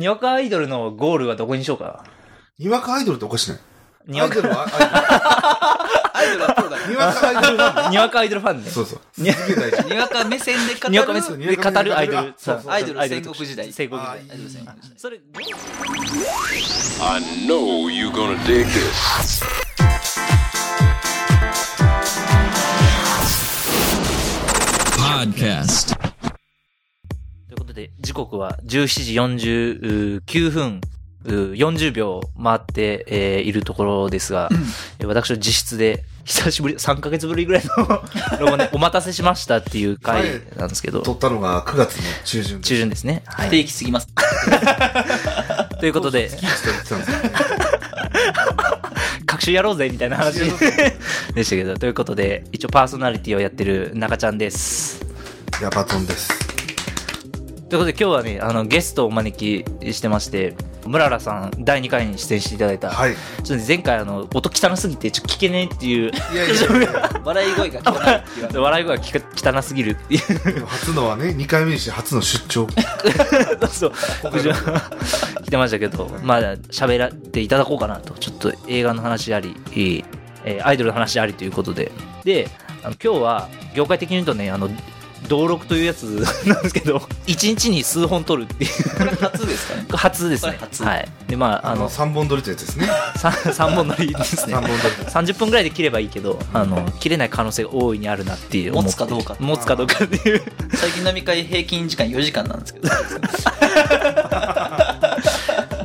にわかアイドルのゴールはどこにしようかにわかアイドルっておかしないな。にアわイドルか、はアイドルアイドルはプロだか にわかアイド ルはにわかアイドルファンね。そうそう。すにげわえ大事ら。。にわか目線で語る。にわか目線で語るアイドル。そうそうアイドル戦特国時代。戦国時あ代ー。アイドル戦国時代。それ、 I know you're gonna dig this. ということで、時刻は17時49分うー40秒回って、えーいるところですが、えー私の自室で久しぶり、3ヶ月ぶりぐらい のロゴね、お待たせしましたっていう回なんですけど、撮ったのが9月の中旬中旬。旬ですね。は不い。定期す ぎます。 ということで、ちょっと言ってたんですよね。各種やろうぜみたいな話 でしたけど、ということで、一応パーソナリティをやってる中ちゃんです。ヤバトンです。ということで今日はね、あの、ゲストをお招きしてまして、ムララさん第2回に出演していただいた、はい。ちょっと前回あの、音汚すぎてち ょっと聞けねえっていう、いやいやいや笑い声が聞こえないっていう。笑い声が聞か汚すぎるっていう。でも初のはね、2回目にして初の出張。そう。来てましたけど、まあ、喋らっていただこうかなと。ちょっと映画の話あり、えーアイドルの話ありということで。で、あの今日は、業界的に言うとね、あの、登録というやつ なんですけど、1日に数本撮るっていう、これ初ですかね。初ですね。これ初はい。で、まあ、ああの、の、 3本撮りってやつですね。さん三本乗りですね3。本撮り。 30分ぐらいで切ればいいけど、あの、切れない可能性が大いにあるなっていう思って。持つかどうか持つかどうかって いう。最近飲み会平均時間4時間なんですけど。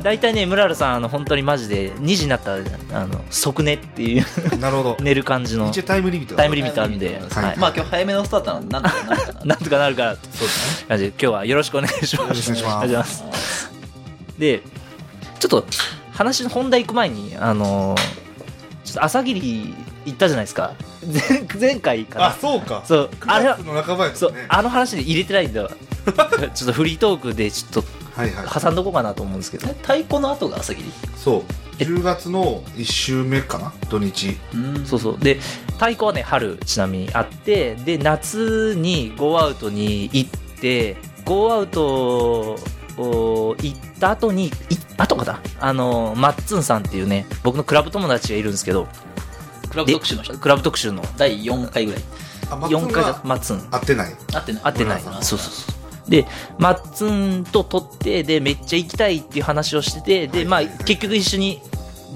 大体ねムラルさんあの本当にマジで2時になったらあの即寝っていうなるほど。寝る感じの一応タイムリミットタイムリミットあるんで、はいはいまあ今日早めのスタートなんで、なんとかなるかな。 なんとかなるからってそうですね。感じで今日はよろしくお願いしますよろしくおありがとう願いしまございますでちょっと話の本題行く前にあのちょっと朝霧行ったじゃないですか 前前回かあ、なそうか。そうあ9れは月の半ばやったそうね。あの話で入れてないんだわ ちょっとフリートークでちょっはいはい。と挟んどこうかなと思うんですけどえ太鼓の後が朝霧。そう。え10月の1週目かな土日。うんそうそうで太鼓はね春ちなみにあってで夏にゴーアウトに行ってゴーアウトを行った後にい後かなあのマッツンさんっていうね僕のクラブ友達がいるんですけどクラブ特集の人。クラブ特集の第4回ぐらい。あ、松4回だがマッツン合ってない。合ってない。合ってない村そうそ田さんうそうでマッツンと撮ってでめっちゃ行きたいっていう話をしててでまあはいはいはい結局一緒に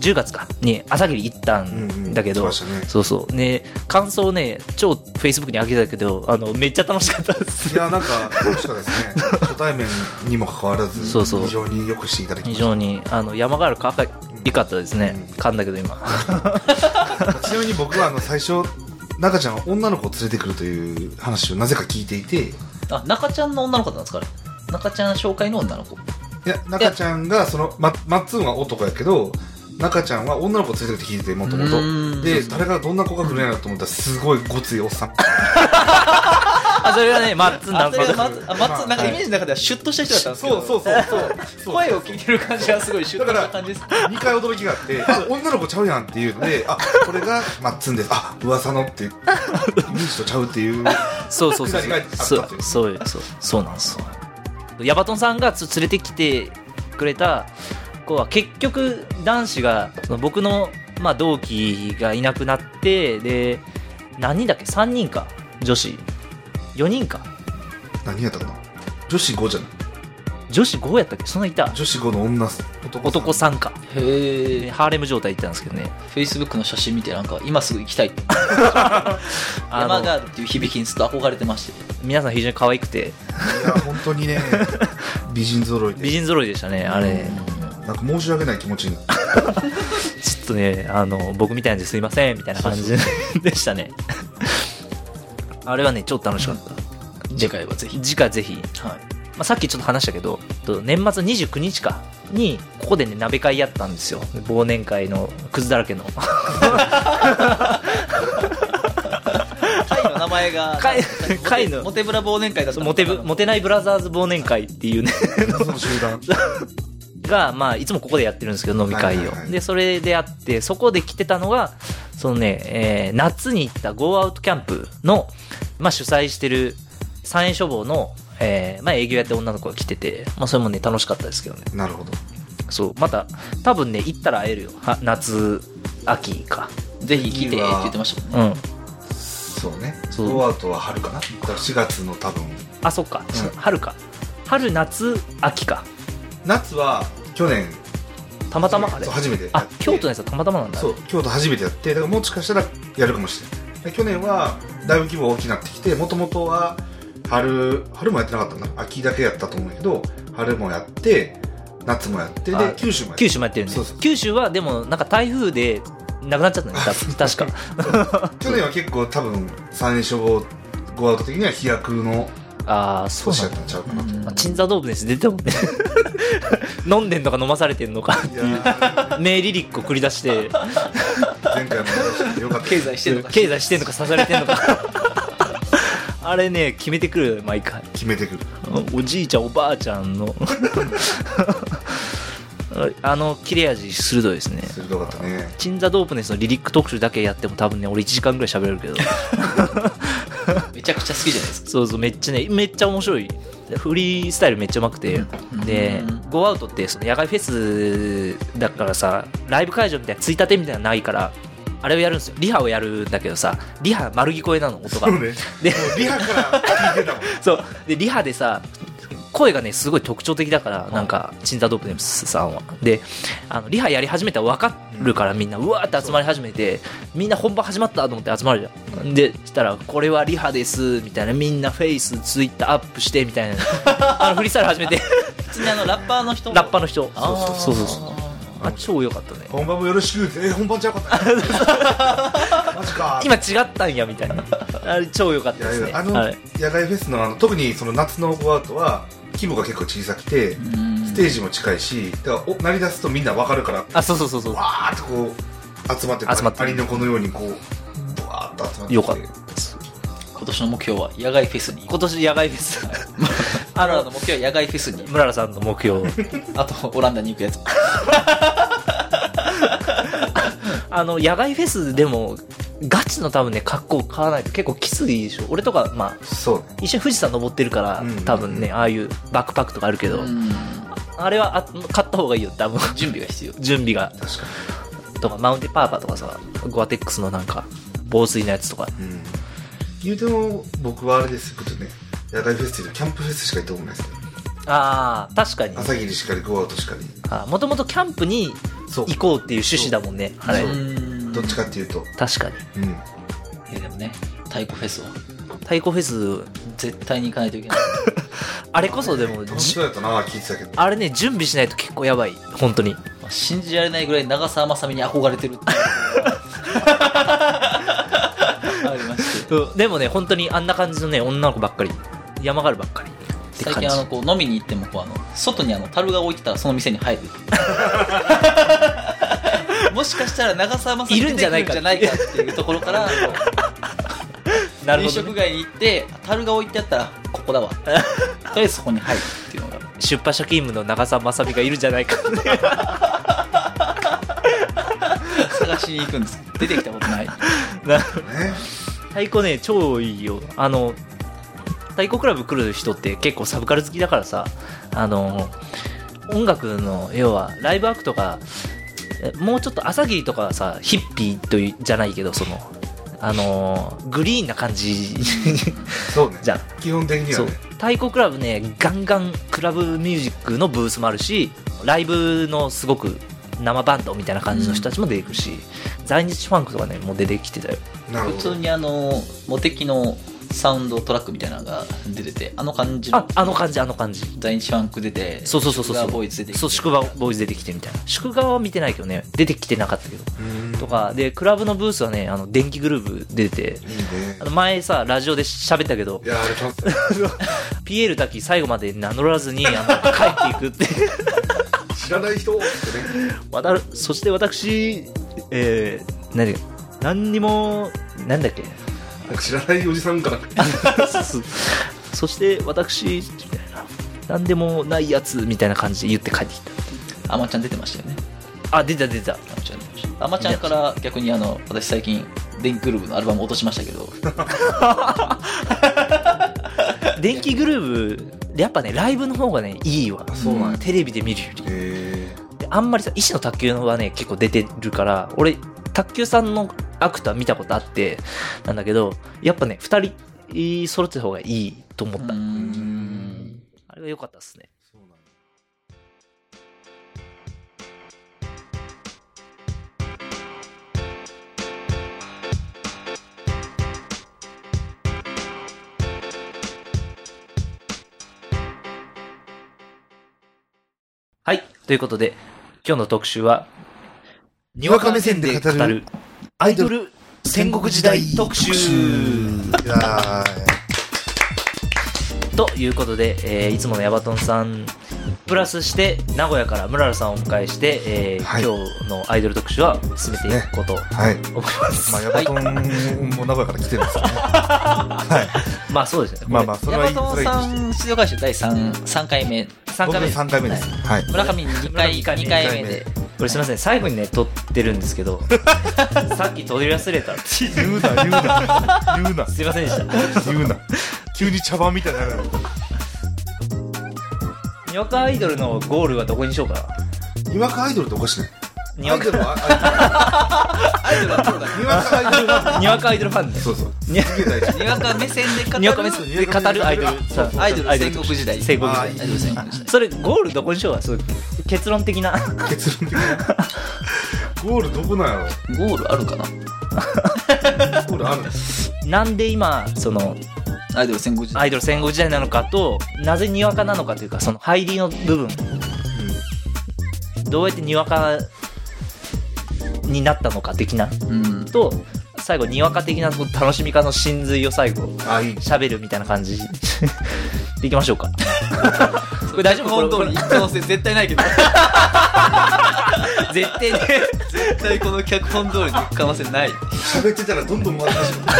10月かに朝霧行ったうんうんんだけど、来ましたねそうそう。ね、感想ね、超 Facebook に上げたけど、あの、めっちゃ楽しかったでいす。や、なんか、楽しかったですね。初対面にもかかわらず、そうそう非常によくしていただきま非した。常に、あの、山ガールかわいかったですねうん。噛んだけど今。ちなみに僕は、あの、最初、中ちゃんは女の子を連れてくるという話をなぜか聞いていて、いあ、中ちゃんの女の子なんですかあれ中ちゃん紹介の女の子。や、中ちゃんが、その、ま、マッツンは男やけど、中ちゃんは女の子を連れてくるって聞いてて、もともうと。んで、誰がどんな子が来るんやろうと思ったら、すごいごついおっさん。あ、それがね、マッツンなあ、んそれはか。松、あ、松、なんかイメージの中ではシュッとした人だったんですけど。そうそうそうそう。そう声を聞いてる感じがすごいシュッとした感じです。 2回驚きがあってあ女の子ちゃうやんっていうのであこれがマッツンですあ噂のっていう ミスとちゃうっていうそうそうそう二人があったそとういうそうそうそうなんですよヤバトンさんがつ連れてきてくれた子は結局男子がその僕の、まあ、同期がいなくなってで何人だっけ3人か女子4人か何やったかな女子5じゃない女子5やったっけそんないた女子5の女男男さん3かへでえ。ハーレム状態行ったんですけどね Facebook の写真見てなんか、今すぐ行きたいって。あの山ガールっていう響きにずっと憧れてまして。皆さん非常に可愛くていや本 当にね美人揃いで美人揃いでしたねあれなんか申し訳ない気持ちにちょっとね、あの、僕みたいなんですいません、みたいな感じ でしたね。あれはね、超楽しかった。次回はぜひ。次回ぜひ、まはい。あ、さっきちょっと話したけど、と年末29日かに、ここでね、鍋会やったんですよ。忘年会の、クズだらけ の。会の名前 が、会なんか会のモテブラ忘年会だったのモテぶ、モテないブラザーズ忘年会っていうね、その集団が、まあ、いつもここでやってるんですけど、飲み会を。はいはいはいで、それであって、そこで来てたのが、そのね、えー夏に行ったゴーアウトキャンプの、まあ、主催してる、三円書房の、えーまあ営業やってる女の子が来てて、まあそれもね、楽しかったですけどね。 なるほど。そう、また、多分ね、行ったら会えるよ。は夏、秋か。ぜひ来てって言ってましたもんね。うん。そうね。そうロアウトは春かな。だから4月の多分。あ、そっか。ん春か。春、夏、秋か。夏は去年、たまたまかねそう。初めてやって。あ、京都のやつはたまたまなんだ。そう、京都初めてやって、だからもしかしたらやるかもしれない。で去年はだいぶ規模大きくなってきて、もともとは春、春もやってなかったかな。秋だけやったと思うんだけど、春もやって、夏もやって、あで、九州もやって。九州もやってるねそうそう九州はでもなんか台風でなくなっちゃったねた確か去年は結構多分、3勝5アウト的には飛躍のああそう年だなんったんちゃうかなと。だ鎮座動物です出てたもんね 飲んでんのか飲まされてんのかいや名リリックを繰り出してー前回もよかった。経済してるのか。経済してんのか刺されてんのかあれね決めてくるよ毎回決めてくる。おじいちゃんおばあちゃんの あの切れ味鋭いですね鋭かったね。チンザドープネスのリリック特集だけやっても多分ね俺1時間ぐらい喋れるけどめちゃくちゃ好きじゃないですか。そうそうめっちゃねめっちゃ面白いフリースタイルめっちゃうまくて、でうんゴーアウトってその野外フェスだからさライブ会場みたいなついたてみたいなのないからあれをやるんですよリハをやるんだけどさリハ丸聞こえなの音がそうね。もうでリハから聞いてたもん。そうでリハでさ声がねすごい特徴的だからなんかチンザドープネムスさんはであのリハやり始めたら分かるからみんなうわーって集まり始めてみんな本番始まったと思って集まるじゃんでしたら「これはリハです」みたいなみんなフェイスツイッターアップしてみたい なあのフリースタイル始めて普通にあの、ラッパーの人もラッパーの人あーそうそうそうあ超良かったね本番もよろしくって、え、本番ちゃうかった。マジか。今違ったんやみたいなあれ超良かっいたですやいやねあの、はい野外フェスのあの特にその夏のゴーアウトは規模が結構小さくて、うんステージも近いしだからお鳴り出すとみんな分かるからわあそうそうそうそうーっとこう集まって集まってアリの子のようにこうぶわーっと集まってきて良かったです今年の目標は野外フェスに行こ今年野外フェスう。アラの目標は野外フェスに。村原さんの目標 あと、オランダに行くやつ。あの野外フェスでもガチの多分ね格好買わないと結構きついでしょ俺とかまあそうね一緒に富士山登ってるから、うん多分ねああいうバックパックとかあるけど、うんあれはあ買った方がいいよ多分 準備が必要。準備が確かとかマウンテンパーパーとかさゴアテックスのなんか防水のやつとかに、うん、言うても僕はあれですけどね野外フェスっていうとキャンプフェスしか行ったことないですねああ確かに朝霧しかりゴーアウトしかりもともとキャンプにそう行こうっていう趣旨だもんねあれうんどっちかっていうと確かにうんいやでもね、太鼓フェスは太鼓フェス絶対に行かないといけない。あれこそでも楽しじそうやったな聞いてたけどあれね準備しないと結構やばい本当にまあ信じられないぐらい長澤まさみに憧れて るっていうのがありましてうんでもね本当にあんな感じのね女の子ばっかり山があるばっかりって最感じ近あのこう飲みに行ってもこうあの外にあの樽が置いてたらその店に入る もしかしたら長澤まさみ出てくんじゃないかっていうところ からなる飲ほどね、食街に行って樽が置いてあったらここだわとりあえずそこに入るっていうのが出版社勤務の長澤まさみがいるんじゃないか 探しに行くんですけど出てきたことないなね太鼓ね超いいよあの太鼓クラブ来る人って結構サブカル好きだからさあの音楽の要はライブアクトがえもうちょっと朝霧とかはさヒッピーというじゃないけどそのあのグリーンな感じそうねじゃん基本的にはそうね太鼓クラブねガンガンクラブミュージックのブースもあるしライブのすごく生バンドみたいな感じの人たちも出てくるし、在日ファンクとかねもう出てきてたよなる普ほど通にあのモテキのサウンドトラックみたいなのが出ててあの感じあのあの感じあの感じ在日ファンク出てそうそうそうそうシュそガーボーイうズ出てきてそう宿場ボーイズ出てきてみたいな宿場は見てないけどね出てきてなかったけどうんとかでクラブのブースはねあの電気グルーブ出てていいねあの前さラジオで喋ったけどいやあれ楽しそうピエール滝最後まで名乗らずにあの帰っていくって知らない人多くてねわたるそして私えー、何何にもなんだっけなんか知らないおじさんからそ そして私みたいな何でもないやつみたいな感じで言って帰ってきアマちゃん出てましたよねたあ出た出たアマちゃん出てましたアマちゃんから逆にあの私 最近電気グルーブのアルバム落としましたけど電気グルーブやっぱねライブの方がねいいわあそうなんやテレビで見るより えであんまりさ医師の卓球のはね結構出てるから俺卓球さんのアクター見たことあってなんだけどやっぱね2人揃ってた方がいいと思った、うんあれが良かったですねそうなんやはいということで今日の特集はにわか目線で語るアイドル戦国時代特集いやーということで、えーいつものヤバトンさんプラスして名古屋からムララさんをお迎えして、えーはい今日のアイドル特集は進めていくことをはい思います、まあヤバトンも名古屋から来てるん ですよねはいまあそうですねまあまあそれヤはいバいトそンれはさいいとしてん、出場回収第 3, 3回目。 3回目です僕3回目ですはい村上2回 ,2 村上回二目回目で。これすいません最後にね撮ってるんです けどさっき撮り忘れたっていう 言うな言うな言うなすいませんでした言うな急に茶番みたいになるにわかアイドルのゴールはどこにしようかにわかアイドルっておかしいねなにわかルはアアイドルはプロだイドルにわかアイドルはにわかアイドルファンねそうそうにわすげえ大事にわか目線で語る。にわか目線で語るアイドルさアイドル戦特集国時代。戦国あ時あ代いいアイドル戦国時代。それゴールどこにしようかそう結論的な 結論的なゴールどこなんやゴールあるかなろゴールあるなんで今そのアイドル戦国時ア代。イドル戦後時代なのかとなぜにわかなのかというかその入りの部分どうやってにわかになったのか的なうん。と最後にわか的なその楽しみ方の真髄を最後あいい喋るみたいな感じ でいきましょうか これ大丈夫これ本当に一強性絶対ないけど。絶対ね絶対この脚本通りに行く可能性 ない。喋ってたらどんどん回ってしま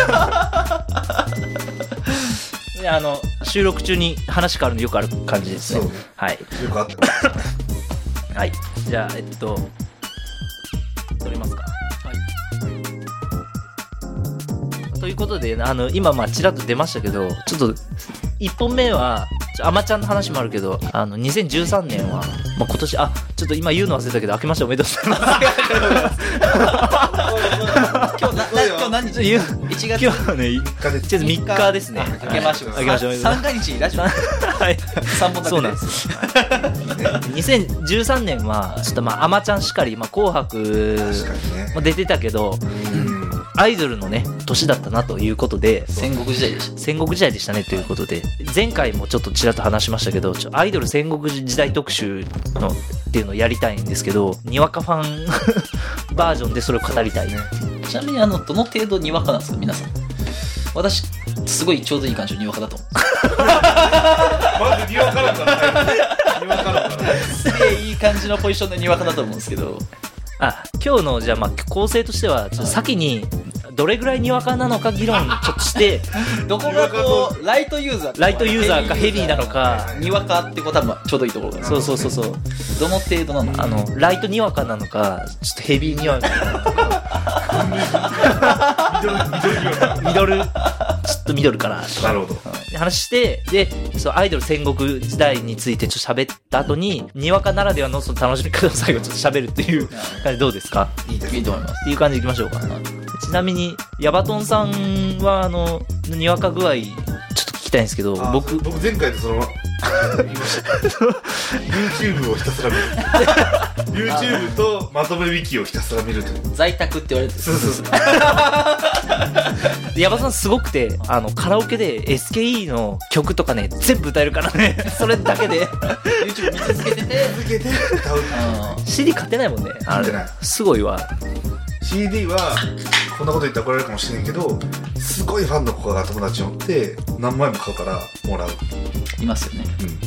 であの収録中に話変わるのよくある感じですねそうねはい、うよくあったはい、じゃあえっと撮りますかということであの今まあちらっと出ましたけどちょっと1本目はちょあまちゃんの話もあるけどあの2013年は、まあ、今年あちょっと今言うの忘れたけど明けましておめでとうございます今日な、な今日何日言う ?1 月今日はね一家でちょっと3日ですねあ明けましておめはい明でとうけましておめでとうございます3が日ラジオはい、三本立てでそうなんですよ。2013年は、ちょっとまあ、アマちゃんしかり、まあ、紅白確かにねも出てたけど、うんアイドルのね、年だったなということで、戦国時代でし戦国時代でしたねということで、前回もちょっとちらっと話しましたけど、ちょアイドル戦国時代特集のっていうのをやりたいんですけど、にわかファンバージョンでそれを語りたい。ねたちなみにあのどの程度にわかなんですか皆さん私すごいちょうどいい感じのにわかだと思うまずにわかるからにわかるからすげ えいい感じのポジションでにわかだと思うんですけどあ、今日のじゃあまあ構成としては、ちょっと先に、どれぐらいにわかなのか議論ちょっとして、どこがこうライトユーザーライトユーザーかヘビーなのか、にわかってこう多分ちょうどいいところがそうそうそうそう。どの程度なのあの、ライトにわかなのか、ちょっとヘビーにわかなのか、ミドル、ちょっとミドルかな、となか。るほど話して、で、そのアイドル戦国時代についてちょっと喋った後に、にわかならではのその楽しみ方を最後ちょっと喋るっていう感じどうですかいいですいいと思いますっていう感じでいきましょうか。ちなみに、ヤバトンさんは、あの、にわか具合、ちょっと聞きたいんですけど、あ僕、僕前回でその YouTube をひたすら見る YouTube とまとめウィキをひたすら見るという在宅って言われてるそうそうそうヤバさんすごくてあのカラオケで SKE の曲とかね全部歌えるからねそれだけで YouTube 見続けてて続けて歌ううん CD 買ってないもんねあれ買ってなすごいわ CD はこんなこと言ったら怒られるかもしれんけどすごいファンの子が友達におって何枚も買うからもらう、いますよねうん、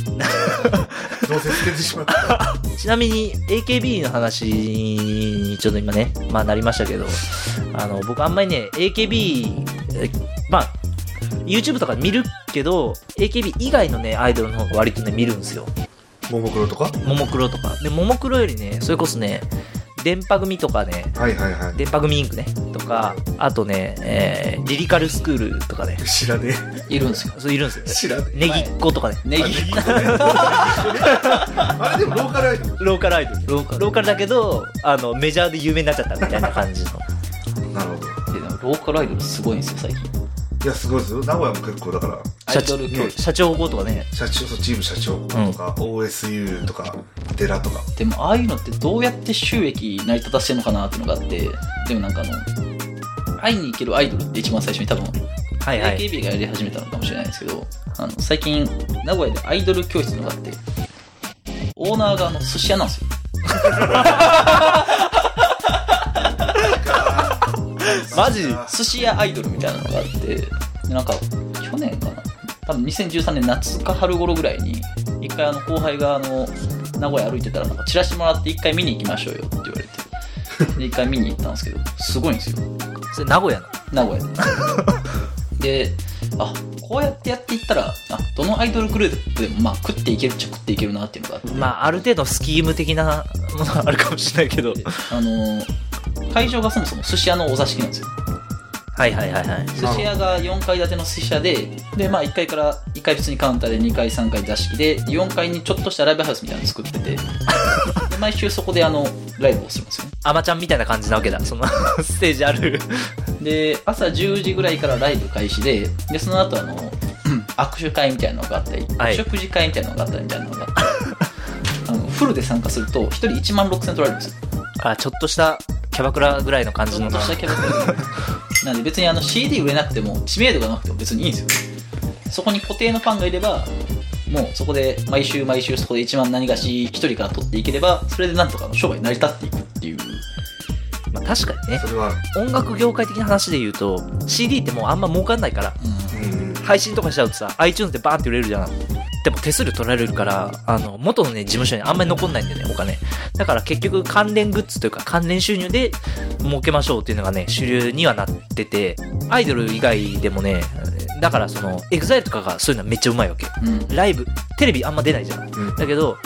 どうせ捨ててしまったちなみに AKB の話にちょっと今ねまあなりましたけどあの僕あんまりね AKB えまあ YouTube とかで見るけど AKB 以外のねアイドルの方が割とね見るんですよももクロとかももクロとかでももクロよりねそれこそね電波組とかねはいはいはい電波組インクねとか、あとね、えーリリカルスクールとかね、知らねいるんですよ。そういるんですよ。知らねネギっ子とかね。ネえ。ギあネ ギっ子ねあれでもローカルアイドローカルアイドル。ローカルだけど、あの、メジャーで有名になっちゃったみたいな感じの。ル。なるほど。ででもローカルアイドルすごいんですよ、最近。いや、すごいですよ。名古屋も結構だから、アイドル教育。社長校とかね。社長、そうチーム社長とか、OSU とか、寺とか。でも、ああいうのってどうやって収益成り立たせてるのかなっていうのがあって、でもなんかあの、会いに行けるアイドルって一番最初に多分、はいはい。 AKB がやり始めたのかもしれないですけど、あの最近、名古屋でアイドル教室のがあって、オーナーがあの寿司屋なんですよ。マジ寿司屋アイドルみたいなのがあって、でなんか、去年かな多分2013年夏か春頃ぐらいに、一回あの後輩があの、名古屋歩いてたらなんかチラシもらって一回見に行きましょうよって言われて、で、一回見に行ったんですけど、すごいんですよ。それ名古屋の。名古屋でであこうやってやっていったらあどのアイドルグループでもまあ食っていけるっちゃ食っていけるなっていうのがあって、まあ、ある程度スキーム的なものはあるかもしれないけど。あのー会場がそもそも寿司屋のお座敷なんですよはいはいはいはい。寿司屋が4階建ての寿司屋でで、まあ、1階から1階普通にカウンターで2階3階座敷で4階にちょっとしたライブハウスみたいなの作っててで毎週そこであのライブをするんですよねアマちゃんみたいな感じなわけだ。そ のステージある。で朝10時ぐらいからライブ開始ででその後あのうん握手会みたいなのがあったり、はいお食事会みたいなのがあったりみたいなのがあってあのフルで参加すると1人1万6000取られるんですよあ、ちょっとしたキャバクラぐらいの感じそのの。年だけだったなんで別にあの CD 売れなくても知名度がなくても別にいいんですよそこに固定のファンがいればもうそこで毎週毎週そこで1万何がし1人から取っていければそれでなんとかの商売成り立っていくっていうまあ、確かにねそ。れは、音楽業界的な話で言うと、CD ってもうあんま儲かんないから、うん。配信とかしちゃうとさ、iTunes でバーンって売れるじゃん。でも手数料取られるから、あの、元のね、事務所にあんまり残んないんだよね、お金。だから結局関連グッズというか関連収入で儲けましょうっていうのがね、主流にはなってて、アイドル以外でもね、だからその、EXILE とかがそういうのはめっちゃうまいわけ。うん、うん、ライブ、テレビあんま出ないじゃん。うんだけど、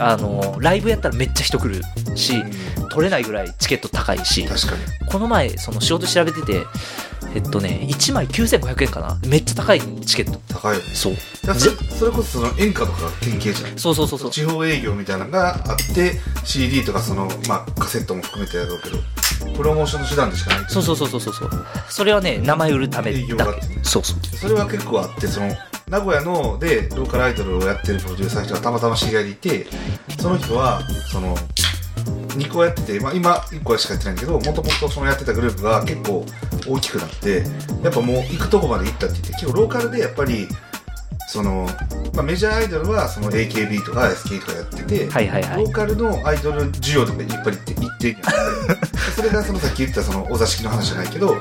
あの、ライブやったらめっちゃ人来るし、取れないぐらいチケット高いし、確かに。この前、その仕事調べてて、えっとね、1枚9500円かなめっちゃ高いチケット。高いよね。そう。だからそじれそれこそその演歌とかが典型じゃん。そうそうそうそう。地方営業みたいなのがあって CD とかその、まあ、カセットも含めてやろうけどプロモーションの手段でしかないそうそうそうそうそうそう。それはね、名前売るため営業だがあっけてね。そうそう。それは結構あってその名古屋のでローカルアイドルをやってるプロデューサーの人がたまたま知り合いでいてその人はその2個やってて、まあ、今1個しかやってないんだけどもともとそのやってたグループが結構大きくなってやっぱもう行くとこまで行ったって言って結構ローカルでやっぱりその、まあ、メジャーアイドルはその AKB とか SK とかやってて、はいはいはロい。ーカルのアイドル需要とかいっぱいって言ってるんじ ゃなくてそれがそのさっき言ったそのお座敷の話じゃないけど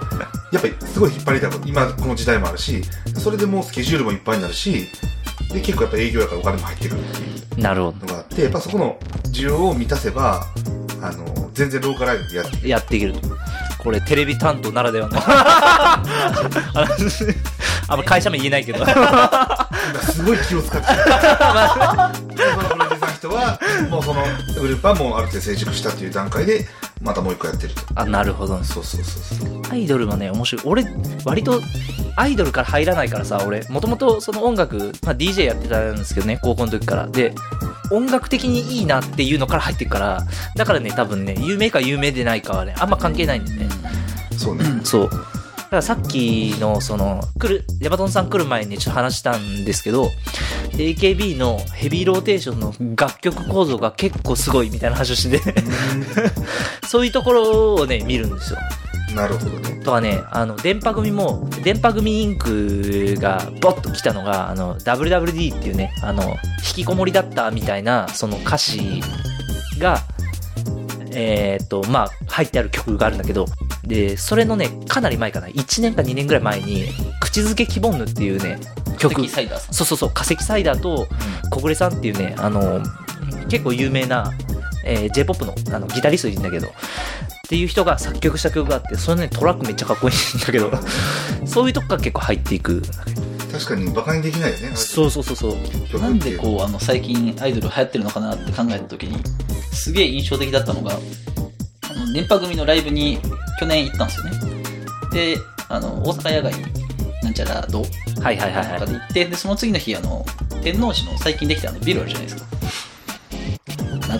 やっぱりすごい引っ張りだこ今この時代もあるしそれでもうスケジュールもいっぱいになるしで結構やっぱ営業やからお金も入ってくるっていうなるほのがあってやっぱそこの需要を満たせばあの全然ローカルアイドルでやってど。やっていけると。これ、テレビ担当ならではの。 あのあんま会社名言えないけ ど。今すごい気を使っ てるそのプロデューサーの人はもうそのグループはもうある程度成熟したっていう段階でまたもう一個やってるとあ、なるほど。そうそうそうそうアイドルはね、面白い。俺、割と、アイドルから入らないからさ、俺、もともとその音楽、まあ、DJ やってたんですけどね、高校の時から。で、音楽的にいいなっていうのから入ってくから、だからね、多分ね、有名か有名でないかはね、あんま関係ないんでね。そうねそう。だからさっきの、その、来る、ヤバトンさん来る前にちょっと話したんですけど、AKB のヘビーローテーションの楽曲構造が結構すごいみたいな話をしてて、 そういうところをね、見るんですよ。なるほどねとはね、あの、電波組も、電波組インクがボッと来たのが、あの、WWD っていうね、あの、引きこもりだったみたいな、その歌詞が、えーっと、まあ、入ってある曲があるんだけど、で、それのね、かなり前かな、1年か2年ぐらい前に、口づけ希望ぬっていうね、曲敵、サイダーさんそうそうそう、化石サイダーと小暮さんっていうね、あの、結構有名な、えー J-POP のあのギタリストいるんだけど、っていう人が作曲した曲があって、それね、トラックめっちゃかっこいいんだけど、 そういうとこから結構入っていく。確かにバカにできないよねそうそうそうそう。曲ってなんでこうあの最近アイドル流行ってるのかなって考えた時にすげえ印象的だったのがあの年波組のライブに去年行ったんですよねであの大阪野外なんちゃら堂はいはいはいとはかいで行ってでその次の日あの天王寺の最近できたあのビルあるじゃないですかなん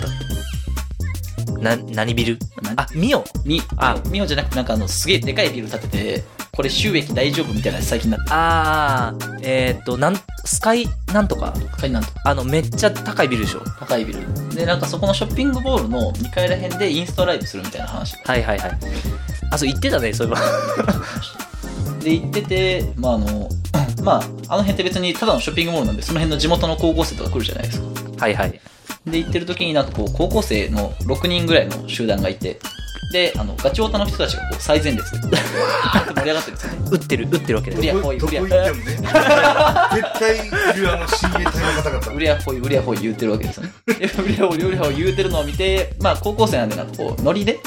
なだ何ビル何あミオみあミオじゃなくてなんかあのすげえでかいビル建ててこれ収益大丈夫みたいなやつ最近になってあーえーっとなんスカイなんとか高いなんとあのめっちゃ高いビルでしょ高いビルでなんかそこのショッピングモールの2階ら辺でインスタライブするみたいな話はいはいはいあそう言ってたねそういえば で行っててまああのまああの辺って別にただのショッピングモールなんでその辺の地元の高校生とか来るじゃないですかはいはいで行ってる時になんかこう高校生の6人ぐらいの集団がいてであのガチオタの人たちがこう最前列で 盛り上がってるんですよね打ってる打ってるわけいでやどここういうどこ行ってもね絶対いるあの親衛隊の方々うりゃほい、うりゃほい言うてるわけですよね。でうりゃほい、うりゃほい言うてるのを見て、まあ高校生なんでなんかこう、ノリで、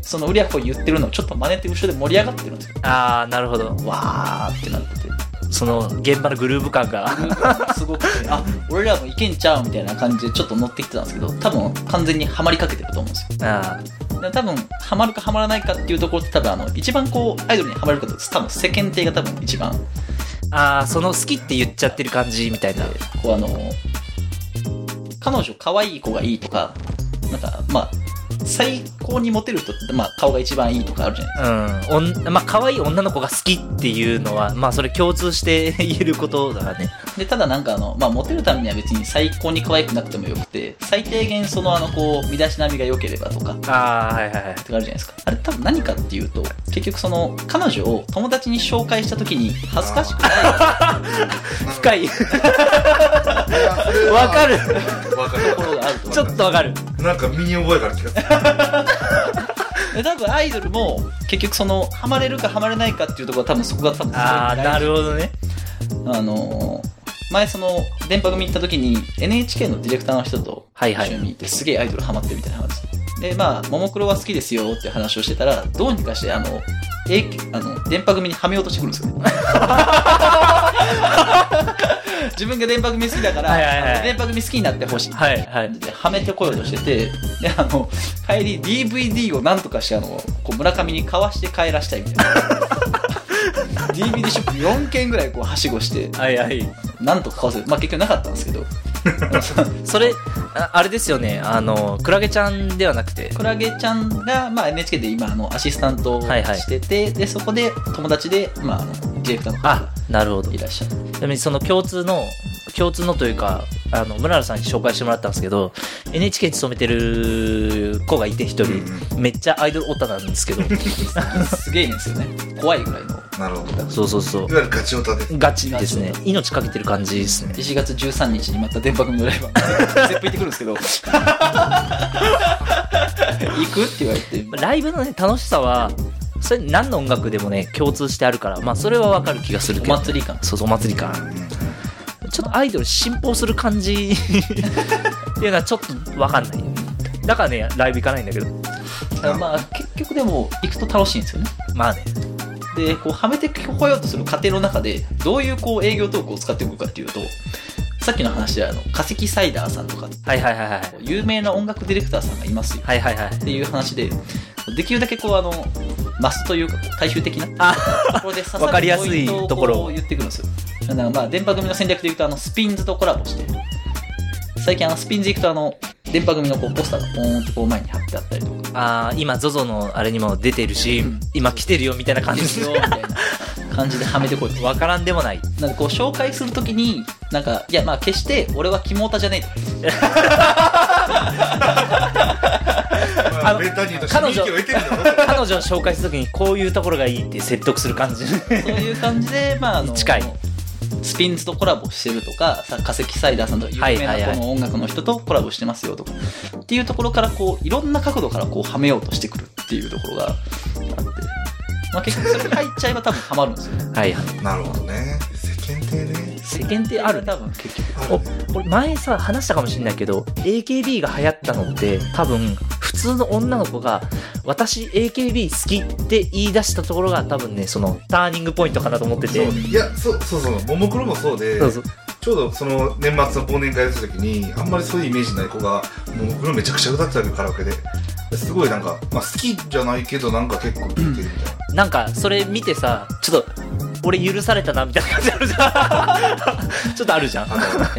そのうりゃほい言ってるのをちょっと真似て後ろで盛り上がってるんですよ。ああなるほどわーってなってて。その現場のグルーヴ感 がすごくて、あ、俺らもいけんちゃうみたいな感じでちょっと乗ってきてたんですけど、多分完全にはまりかけてると思うんですよ。あで多分、はまるかはまらないかっていうところって多分あの、一番こう、アイドルにはまるかと、多分世間体が多分一番、ーあーその好きって言っちゃってる感じみたいなこうあの、彼女可愛い子がいいとか、なんか、まあ、最高にモテる人って、まあ、顔が一番いいとかあるじゃないでうんおんまあ可愛い女の子が好きっていうのはまあそれ共通して言えることだからねすか。で、ただなんかあの、まあ、モテるためには別に最高に可愛くなくてもよくて、最低限そのあの、こう、身だしなみが良ければとか、ああはいはいはいとかあるじゃないですか。あれ多分何かっていうと、結局その、彼女を友達に紹介した時に、恥ずかしくない。深いわわかるわかるところがあるとちょっとわかるなんか身に覚えがある気がするで、多分アイドルも、結局その、ハマれるかハマれないかっていうところは多分そこが多分すごいああ大事なるほどねあのー前その電波組行った時に NHK のディレクターの人とはい一はい緒に行ってすげえアイドルハマってるみたいな話でまあももクロは好きですよって話をしてたらどうにかしてあの A あの電波組にはめようとしてくるんですよ ね自分が電波組好きだから、はいはいはいあの電波組好きになってほしいはいはいではめてこようとしててであの帰り DVD をなんとかしてあのこう村上に買わして帰らしたいみ たいな DVD ショップ4軒ぐらいこうはしごしてはいはいなんとか買わせるまあ結局なかったんですけどそれああれですよねあのクラゲちゃんではなくてクラゲちゃんが、まあ、NHK で今あのアシスタントをはいはいしてて、でそこで友達で、まあ、あのディレクターの方があなるほどいちらっしゃるなみにその共通の共通のというかあの村野さんに紹介してもらったんですけど NHK に勤めてる子がいて一人、めっちゃアイドルオタなんです けどすげえんですよね怖いぐらいのなるほどいわそうそうそうゆるガチオタでガチですね命かけてる感じですね1月13日にまた電波組のライブが 絶対行ってくるんです けど行くって言われてライブのね楽しさはそれ何の音楽でもね共通してあるからまあそれはわかる気がするけどお祭り感そうそうお祭り感ちょっとアイドル進歩する感 じっていうのはちょっとわかんないだからねライブ行かないんだけどまあ結局でも行くと楽しいんですよねまあねでこうはめてこようとする過程の中でどういうこう営業トークを使っていくかっていうとさっきの話であの化石サイダーさんとかはいはいはいはい有名な音楽ディレクターさんがいますよはいはいはいっていう話でできるだけこうあのマスというか大衆的なあところで刺さるわかりやすいポイントをところをう言ってくるんですよだからまあ電波組の戦略でいうとあのスピンズとコラボして最近あのスピンズ行くとあの電波組のこうポスターがポーンとこう前に貼ってあったりとかあー今 ZOZO のあれにも出てるし、うん今来てるよみたいな感でじすよみたいな感じではめてこいとわからんでもないなんかこう紹介するときになんかいやまあ決して俺はキモオタじゃねえまあメンタリティとして彼利女益を得てるんだろ彼女を紹介するときにこういうところがいいって説得する感じとそういう感じ でまああの近いスピンズとコラボしてるとかさ化石サイダーさんとか有はい名はいなはいこの音楽の人とコラボしてますよとかっていうところからこういろんな角度からこうはめようとしてくるっていうところがあって、まあ、結局それが入っちゃえば多分ハマるんですよねはいはいうなるほどね世間体ね 世間体ある多分 結局あるおね俺前さ話したかもしれないけど AKB が流行ったのって多分普通の女の子が「私 AKB 好き」って言い出したところが多分ねそのターニングポイントかなと思っててそういやそうそうそうももクロもそうでそうそうちょうどその年末の忘年会やった時にあんまりそういうイメージない子がももクロめちゃくちゃ歌ってたわけよカラオケですごいなんか、まあ、好きじゃないけどなんか結構聴いてるみたいな、なんかそれ見てさちょっと俺許されたなみたいな感じあるじゃんちょっとあるじゃんい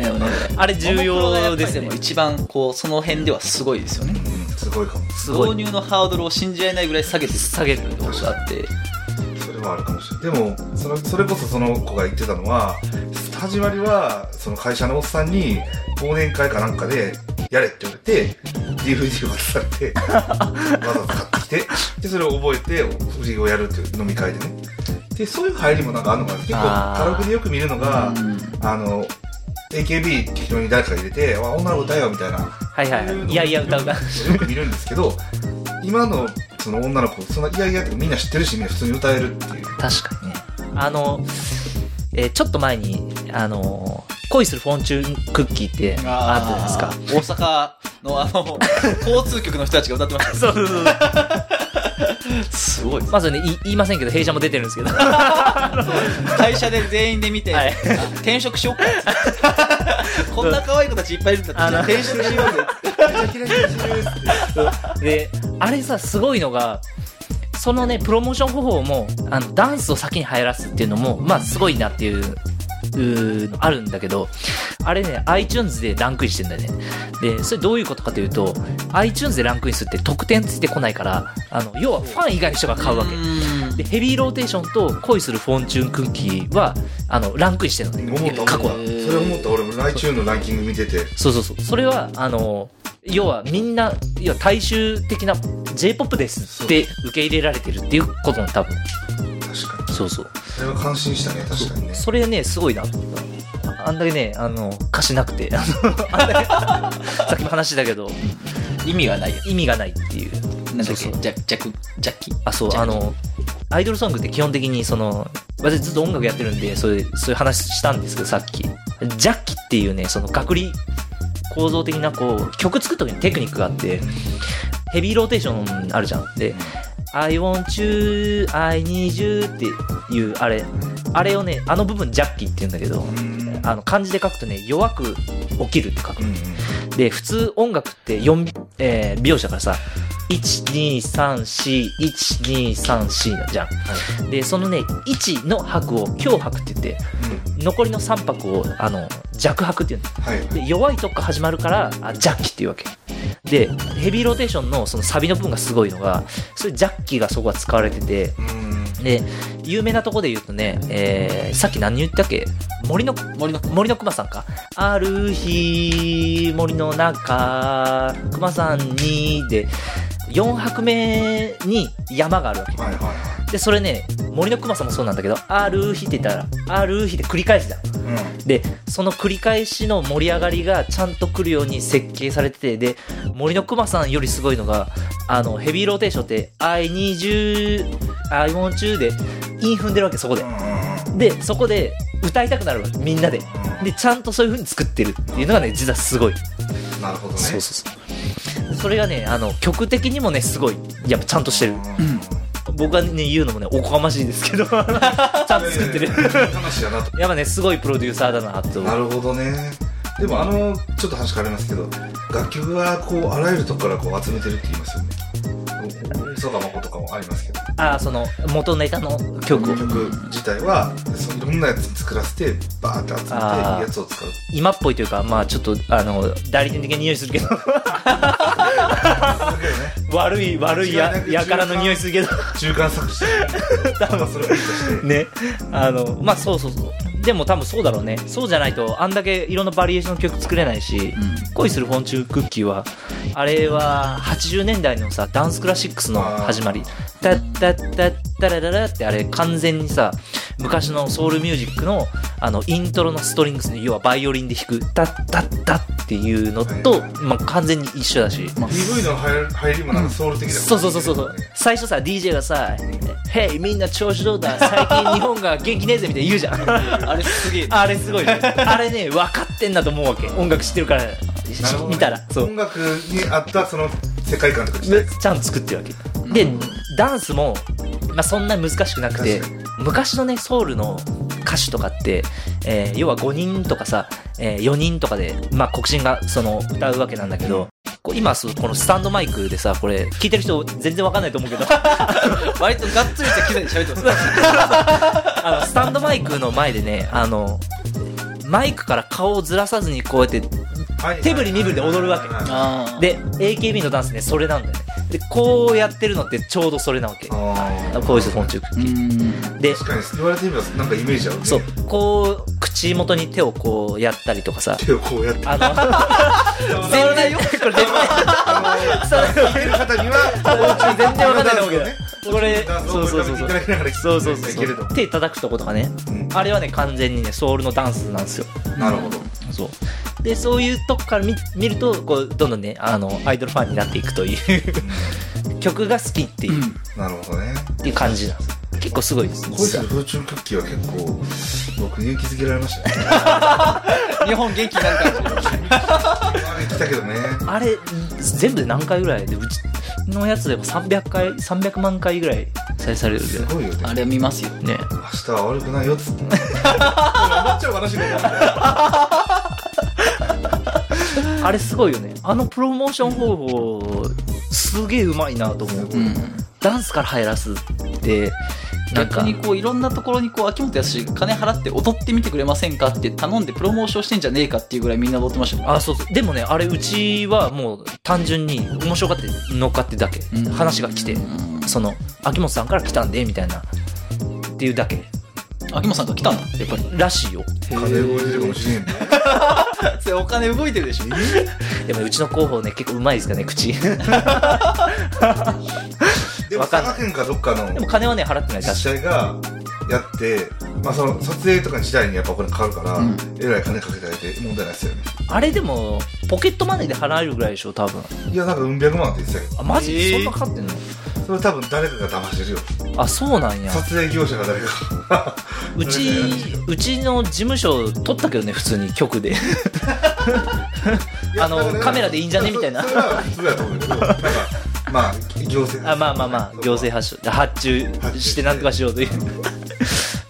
やでもねあれ重モノクロがやっ要ぱりですもね一番こうその辺ではすごいですよねうんすごいかもすご導い入のハードルを信じられないぐらい下げて下げるるところがあってそれはあるかもしれないでもそれそれこそその子が言ってたのは始まりはその会社のおっさんに忘年会かなんかでやれって言われて DVD を渡さ れてわざわざ買ってきてでそれを覚えてお売りをやるっていう飲み会でねでそういう入りもなんかあるのかな結構あーカラオケでよく見るのがあの AKB 適当に誰か入れて「わ女の子歌えよ」みたいなはいはいはいいやいや歌うなよく見るんですけど今のその女の子そんないやいやってみんな知ってるしみんな普通に歌えるって いう確かにねあの、えーちょっと前にあの恋するフォンチューンクッキーってあったじゃないですかですか大阪のあの交通局の人たちが歌ってましそうそうそう たすごいですまずねい言いませんけど弊社も出てるんですけど会社で全員で見て、はいあ転職しようかこんな可愛い子たちいっぱいいるんだあのって転職しようぜであれさすごいのがそのねプロモーション方法もあのダンスを先に流行らすっていうのもまあすごいなっていううーのあるんだけどあれね iTunes でランクインしてんだよねでそれどういうことかというと iTunes でランクインするって得点ついてこないからあの要はファン以外の人が買うわけでヘビーローテーションと恋するフォンチューンクッキーはあのランクインしてるのね思った過去思はったそれ思った俺も来週のランキング見ててそうそうそうそれはあの要はみんな要は大衆的な j p o p ですって受け入れられてるっていうことも多分確かにそうそうそれは感心したね確かにねそれねすごいなと思ったああんだけねあの歌詞なくてあのあんだけ さっきも話したけど意味がないよ意味がないっていうなんだっそけうそうジャッジャックジャッキあそうあのアイドルソングって基本的にその私ずっと音楽やってるんでそういうそういう話したんですけどさっきジャッキっていうねその学理構造的なこう曲作る時にテクニックがあってヘビーローテーションあるじゃんで「I want you I need you」っていうあれあれをねあの部分ジャッキって言うんだけどうんあの漢字で書くとね弱く起きるって書くうんうんで普通音楽って4、えー、美容師だからさ12341234じゃん、でそのね1の拍を強拍って言って残りの3拍をあの弱拍って言うんだはいはいで弱いとこから始まるからあジャッキっていうわけでヘビーローテーションのそのサビの部分がすごいのがそれジャッキがそこは使われててうんで有名なとこで言うとね、えーさっき何言ったっけ森のー森の森の熊さんか。ある日、森の中、熊さんに、で、4拍目に山があるわけ。はいはいはで、それね、森の熊さんもそうなんだけど、ある日って言ったら、ある日って繰り返しだ。いうんで、その繰り返しの盛り上がりがちゃんと来るように設計されてて、で、森の熊さんよりすごいのが、あの、ヘビーローテーションって、I need you, I want you で、イン踏んでるわけ、そこでう。んで、そこで歌いたくなるわけ、みんなで。でちゃんとそういう風に作ってるっていうのがね実はすごい、うんなるほどねそうそうそうそれがねあの曲的にもねすごいやっぱちゃんとしてる うん僕がね言うのもねおこがましいですけど ちゃんと作ってる いやいやいや話やなとやっぱねすごいプロデューサーだなとなるほどねでもあのちょっと話変わりますけど楽曲はこうあらゆるところからこう集めてるって言いますよね磯川誠とかもありますけどああその元ネタの曲を曲自体はそういろんなやつ作らせてバーって集めていいあーやつを使う今っぽいというかまあちょっとあの代理店的な匂いする けどだけどね悪い悪いや違うねやからの匂いするけど中間作 詞多分それをいいとしてねあのまあそうそうそうでも多分そうだろうねそうじゃないとあんだけいろんなバリエーションの曲作れないし、恋するフォンチュークッキーはあれは80年代のさダンスクラシックスの始まり「タッタッタッタラララ」ってあれ完全にさ昔のソウルミュージックのあのイントロのストリングスの要はバイオリンで弾く「タッタッタ」っていうのと、まあ、完全に一緒だし PV の入る入りもなんかソウル的なそうそうそうそうそう最初さ DJ がさ「ヘイみんな調子どうだ最近日本が元気ねえぜ」みたいに言うじゃ んあれすげえあれすごいねあれね分かってんだと思うわけ音楽知ってるからなるほどね見たらそう音楽に合ったその世界観とか自めっ体ちゃん作ってるわけでダンスも、まあ、そんなに難しくなくて確昔のねソウルの歌手とかって、えー要は5人とかさ、え4人とかで、まあ、黒人がその歌うわけなんだけどこう今そうこのスタンドマイクでさこれ聞いてる人全然わかんないと思うけど割とがっつりした機材で喋ってますあのスタンドマイクの前でねあのマイクから顔をずらさずにこうやって手振り身振りで踊るわけああーで AKB のダンスねそれなんだよねでこうやってるのってちょうどそれなわけこあういう人昆虫うーんで確かに言われてみればなんかイメージあるねそうこう口元に手をこうやったりとかさ手をこうやってあの 全然よこれ全然見てる方には全然わかんないと思うけどねこれそうそうそういそうただきながらそうそうそういそけれどう手叩くとことかねうんあれはね完全にねソウルのダンスなんですよなるほどそうでそういうとこから見見るとこうどんどんねあのアイドルファンになっていくという曲が好きっていう,、なるほどねっていう感じなんです結構すごいです恋す実はるフーチュンクッキーは結構僕勇気づけられましたね日本元気になる感じ来たけどねあれ全部で何回ぐらいでうちのやつでも300回300万回ぐらい再生されるぐすらごいよねあれは見ますよいね明日は悪くないよっつって思っちゃう話だよあれすごいよねあのプロモーション方法すげえうまいなと思ううんダンスから入らすってなん逆かにこういろんなところにこう秋元康金払って踊ってみてくれませんかって頼んでプロモーションしてんじゃねえかっていうぐらいみんな踊ってましたもんあそうそうでもねあれうちはもう単純に面白かって乗っかってだけ、うん話が来て、うんその秋元さんから来たんでみたいなっていうだけ秋元さんが来たんだやっ ぱりらしいよ金動いてるかもしれんねそれお金動いてるでしょでもうちの広報ね結構うまいですからね口 でもわかん佐ない賀県かどっかでもの金はね払ってない自確治か体がやってまあその撮影とか時代にやっぱお金かかるから、うんえらい金かけてあげて問題ないですよねあれでもポケットマネーで払えるぐらいでしょ多分いやなんかうん百万って言ってたけあマジ、えーそんなかかってんのどそれ多分誰かが騙してるよあそうなんや撮影業者が誰か うち誰かがやってる ようちの事務所撮ったけどね普通に局でいやあのだからカメラでいいんじゃねみたいなそそれは普通だと思うけどなんかまあ行政あまあまあまあ行政発注発注してなんとかしようと いう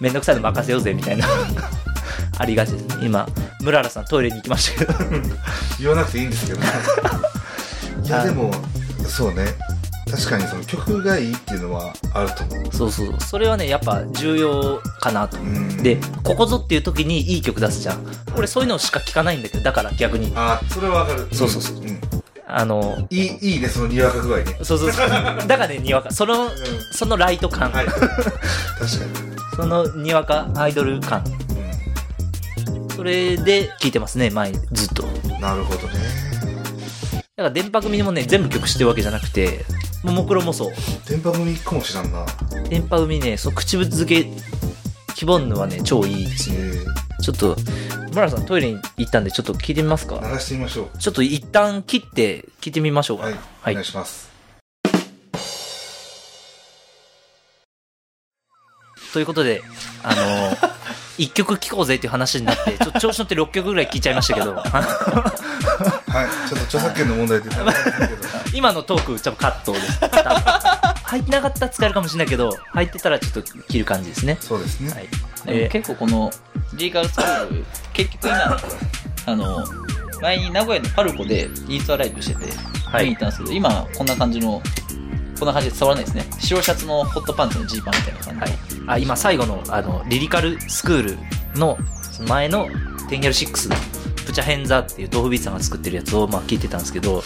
めんどくさいの任せようぜみたいな ありがちですね今ムララさんトイレに行きましたけど言わなくていいんです けどいやでもそうね確かにその曲がいいっていうのはあると思 うそうそうそれはねやっぱ重要かなとうんでここぞっていう時にいい曲出すじゃん俺そういうのしか聞かないんだけどだから逆にああそれはわかるそうそうそうんんあのいいいいねそのにわか具合ねそうそう そうだからねにわかそのそのライト感、はい 確かに、そのにわかアイドル感それで聞いてますね前ずっとうん、なるほどねだから電波組もね全部曲知ってるわけじゃなくてももクロもそう電波組一個も知らんな電波組ねその口ぶつけキボンヌはね超いいですえねー、ちょっと村さんトイレに行ったんでちょっと聞いてみますか流してみましょちょっと一旦切って聞いてみましょううかはい、はおい願いしますということであの ー一曲聴こうぜっていう話になってちょっと調子乗って6曲ぐらい聴いちゃいましたけど はいちょっと著作権の問題で多分あるけど今のトークちょっとカット です多分入ってなかったら使えるかもしれないけど入ってたらちょっと切る感じですねそうですね、はいでえも結構このリーガルスクール結局今あの前に名古屋のパルコでイートアライブしててい見に行ったんですけど、今こんな感じのこんな感じで伝わらないですね白シャツのホットパンツのジーパンみたいな感じ、はい、あ今最後のあのリリカルスクールのその前の「テンギャル6」の「プチャヘンザ」っていうドーフビーツさんが作ってるやつをまあ聞いてたんですけど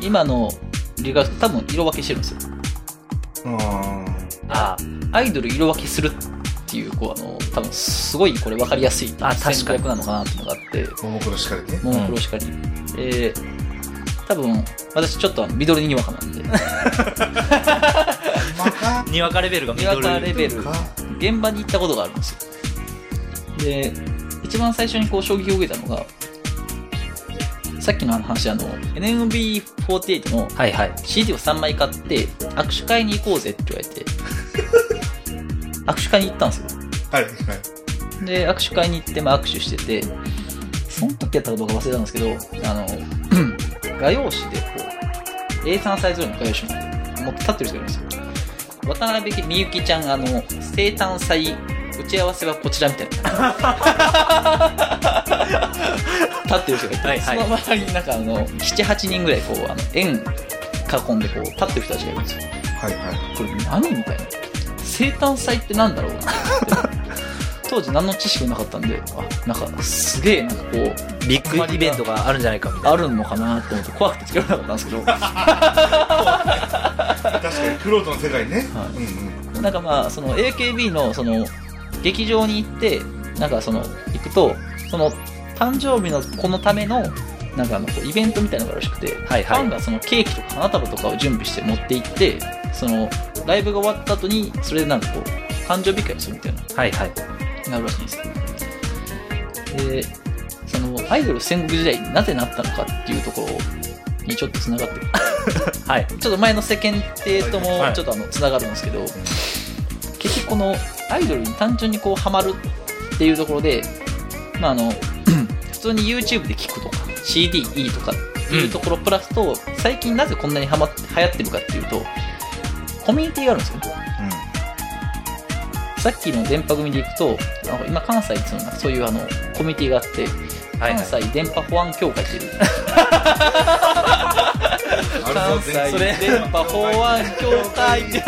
今のリーガルス多分色分けしてるんですよあアイドル色分けするっていうこうあの多分すごいこれ分かりやすいあ確かに戦略なのかなっていうのがあってうんももクロしかりねモンクロしかり、えー、多分私ちょっとあのミドルににわかなんで またにわかレベルがミドルにわかレベルか現場に行ったことがあるんですよで一番最初にこう衝撃を受けたのがさっきのあの話あの NMB48 のはいはい CD を3枚買って握手会に行こうぜって言 われて握手会に行ったんですよはいはいで、握手会に行って、まあ、握手してて、その時やったかどうか忘れたんですけど、あの、 画用紙で、こう、A3 サイズぐらいの画用紙持って立ってる人がいるんですよ。渡辺みゆきちゃん、あの、生誕祭打ち合わせはこちらみ たいな立ってる人がいて、はいはいその周りになんかあの78人ぐらいこうあの円囲んでこう立ってる人たちがいるんですよはいはい。これ何みたいな生誕祭ってなんだろうな って当時何の知識もなかったんであなんかすげえなんかこうビッグイベントがあるんじゃないかみたいなあるのかなと思って怖くてつけられなかったんですけど確かに、クロートの世界ね。はいうんうん。なんかまあその AKB のその劇場に行ってなんかその行くとその誕生日の子のためのなんかあのこうイベントみたいなのがあるらしくて、はいはいファンがそのケーキとか花束とかを準備して持って行ってそのライブが終わった後にそれでなんかこう誕生日会をするみたいなはいはいのがあるらしいんですけどでそのアイドル戦国時代になぜなったのかっていうところにちょっとつながってはいちょっと前の世間体ともはいちょっとあのつながるんですけど、結局このアイドルに単純にこうハマるっていうところで、まあ、あの 普通に YouTube で聴くとか CDE とかっていうところプラスと、最近なぜこんなにハマっ流行ってるかっていうとコミュニティがあるんですよさっきの電波組でいくとなんか今関西っていうのはそういうあのコミュニティがあってはい関西電波保安協会っていうあるぞ関西全国電波法案協会って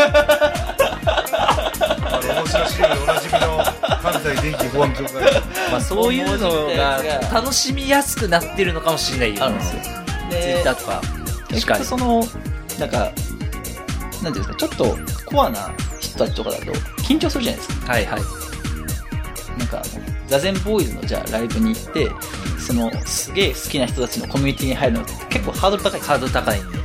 あの面白いシリーズでおなじみの関西電気保安協会まあ、そういうのが文字みたいなやつが楽しみやすくなってるのかもしれないよあるんですよツイッターとか結近い局そのなんかなんていうんですかちょっとコアな人たちとかだと緊張するじゃないですかはいはいなんかあの座禅ボーイズのじゃあライブに行ってそのすげえ好きな人たちのコミュニティに入るのって結構ハードル高いですハードル高いんで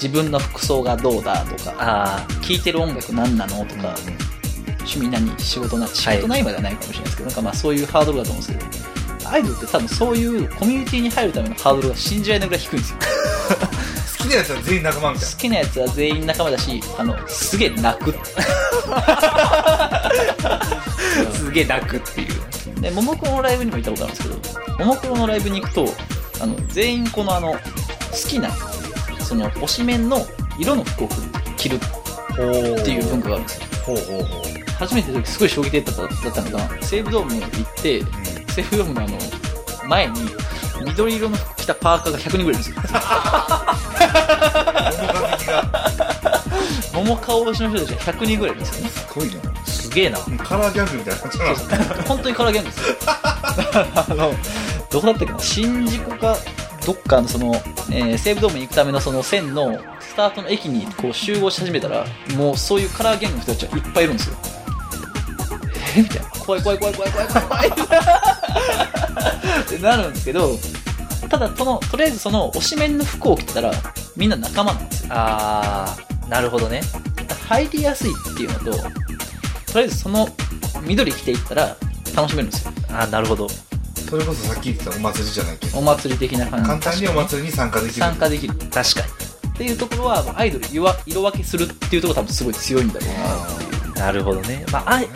自分の服装がどうだとかあ 聴いてる音楽何なのとか、趣味何仕事何仕事ないまではないかもしれないですけど、なんかまあそういうハードルだと思うんですけどアイドルって多分そういうコミュニティに入るためのハードルが信じられないぐらい低いんですよ好きなやつは全員仲間みたい好きなやつは全員仲間だしあのすげえ泣くあすげえ泣くっていうでももクロのライブにも行ったことあるんですけどももクロのライブに行くとあの全員このあの好きなその推しメンの色の服を着るなっていう文化があるんですよほうほうほう初めての時すごい衝撃的だっただったのが西武ドームに行って西武ドームのあの前に緑色の服着たパーカーが100人ぐらいいるんですよ 面影が桃顔推しの人たちが100人ぐらいいるんですよねすごいなすげえなもうカラーギャングみたいな感じなんですね 本当にカラーゲームですよあのどこだったっけな新宿かどっかのその、えー西武ドームに行くためのその線のスタートの駅にこう集合し始めたらもうそういうカラーゲームの人たちがいっぱいいるんですよえみたいな怖い怖い怖い怖い怖い怖いってなるんですけどただそのとりあえずその推しメンの服を着てたらみんな仲間なんですよああなるほどね入りやすいっていうのととりあえずその緑着ていったら楽しめるんですよあーなるほどそれこそさっき言ってたお祭りじゃないけどお祭り的な感じ簡単にお祭りに参加できる参加できるっ確かていうところはもうアイドル色わ色分けするっていうところが多分すごい強いんだろうなになるほどねまああい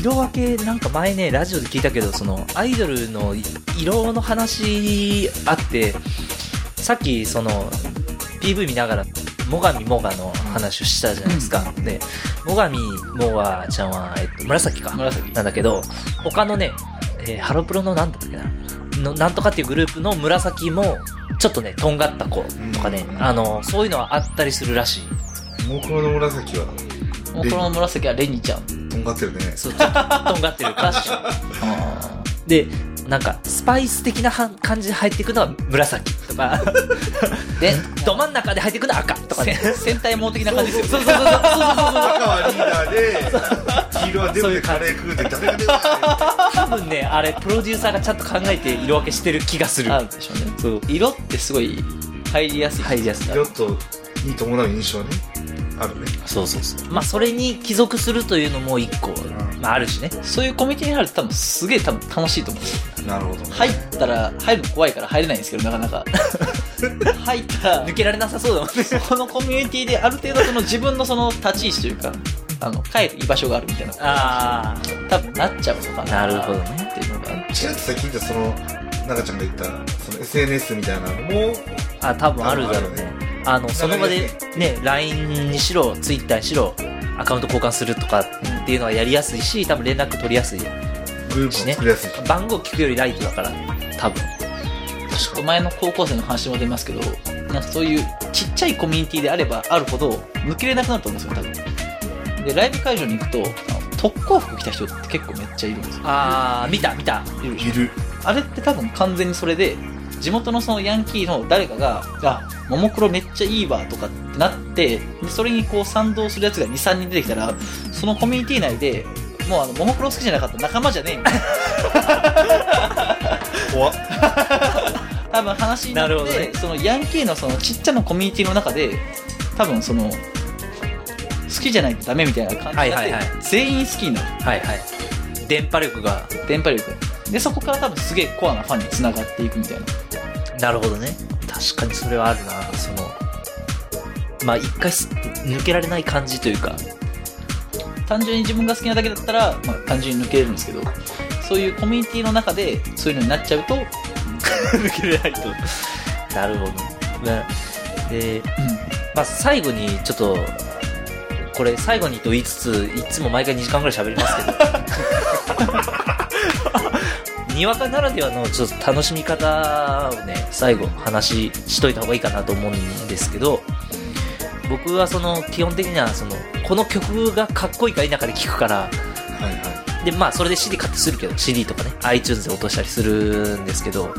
色分けなんか前ねラジオで聞いたけどそのアイドルの色の話あってさっきその PV 見ながら最上もがの話をしたじゃないですか、で最上もがちゃんは、えっと、紫か紫なんだけど他のね、えーハロプロのなんだったっけなのなんとかっていうグループの紫もちょっとねとんがった子とかね、うんあのそういうのはあったりするらしいモクロの紫はもうこの紫はレニちゃんとんがってるねそうちょっととんがってるらしいあでなんかスパイス的なは感じで入っていくのは紫と かーでど真ん中で入っていくのは赤と かねせ戦隊盲的な感じですよね赤はリーダーで黄色はデブでカレー食うって誰が出るか多分ねあれプロデューサーがちゃんと考えて色分けしてる気がするあるでしょうね そう色ってすごい入りやすい入りやすいちょっとに伴う印象ねあるねそうそうそうまあそれに帰属するというのも一個、まあ、あるしねそういうコミュニティに入ると多分すげえ多分楽しいと思うんですよなるほど入ったら入るの怖いから入れないんですけどなかな か入ったら抜けられなさそうだも んねこのコミュニティである程度その自分のその立ち位置というかあの帰る居場所があるみたいなあ多分なっちゃうのかななるほどねっていうのがあってちらっとさっき言ったその中ちゃんが言ったその SNS みたいなのもああ多分あるだろうねあのその場でね LINE にしろ Twitter にしろアカウント交換するとかっていうのはやりやすいし多分連絡取りやすいグループを作りやすいし、番号聞くよりライトだから多分ちょっと前の高校生の話も出ますけどなんかそういうちっちゃいコミュニティであればあるほど抜けれなくなると思うんですよ多分でライブ会場に行くとあの特攻服着た人って結構めっちゃいるんですよああ見た見たいるでしょいるあれって多分完全にそれで地元のそのヤンキーの誰かが「あももクロめっちゃいいわ」とかってなってでそれにこう賛同するやつが23人出てきたらそのコミュニティ内でもうあのももクロ好きじゃなかった仲間じゃねえみたいな怖っ多分話になっなるほどてねそのヤンキーのそのちっちゃなコミュニティの中で多分その好きじゃないとダメみたいな感じになって、はいはいは全員好きになるはいはい電波力が電波力でそこから多分すげえコアなファンにつながっていくみたいななるほどね確かにそれはあるなそのまあ一回す抜けられない感じというか単純に自分が好きなだけだったら、まあ、単純に抜けれるんですけどそういうコミュニティの中でそういうのになっちゃうと、うん、抜けれないと なるほどねでまあ、最後にちょっとこれ最後にと言いつついつも毎回2時間ぐらい喋りますけどにわかならではのちょっと楽しみ方をね最後話しといた方がいいかなと思うんですけど僕はその基本的にはそのこの曲がかっこいいか否かで聴くからはいはでまあそれで CD 買ってするけど CD とかね iTunes で落としたりするんですけど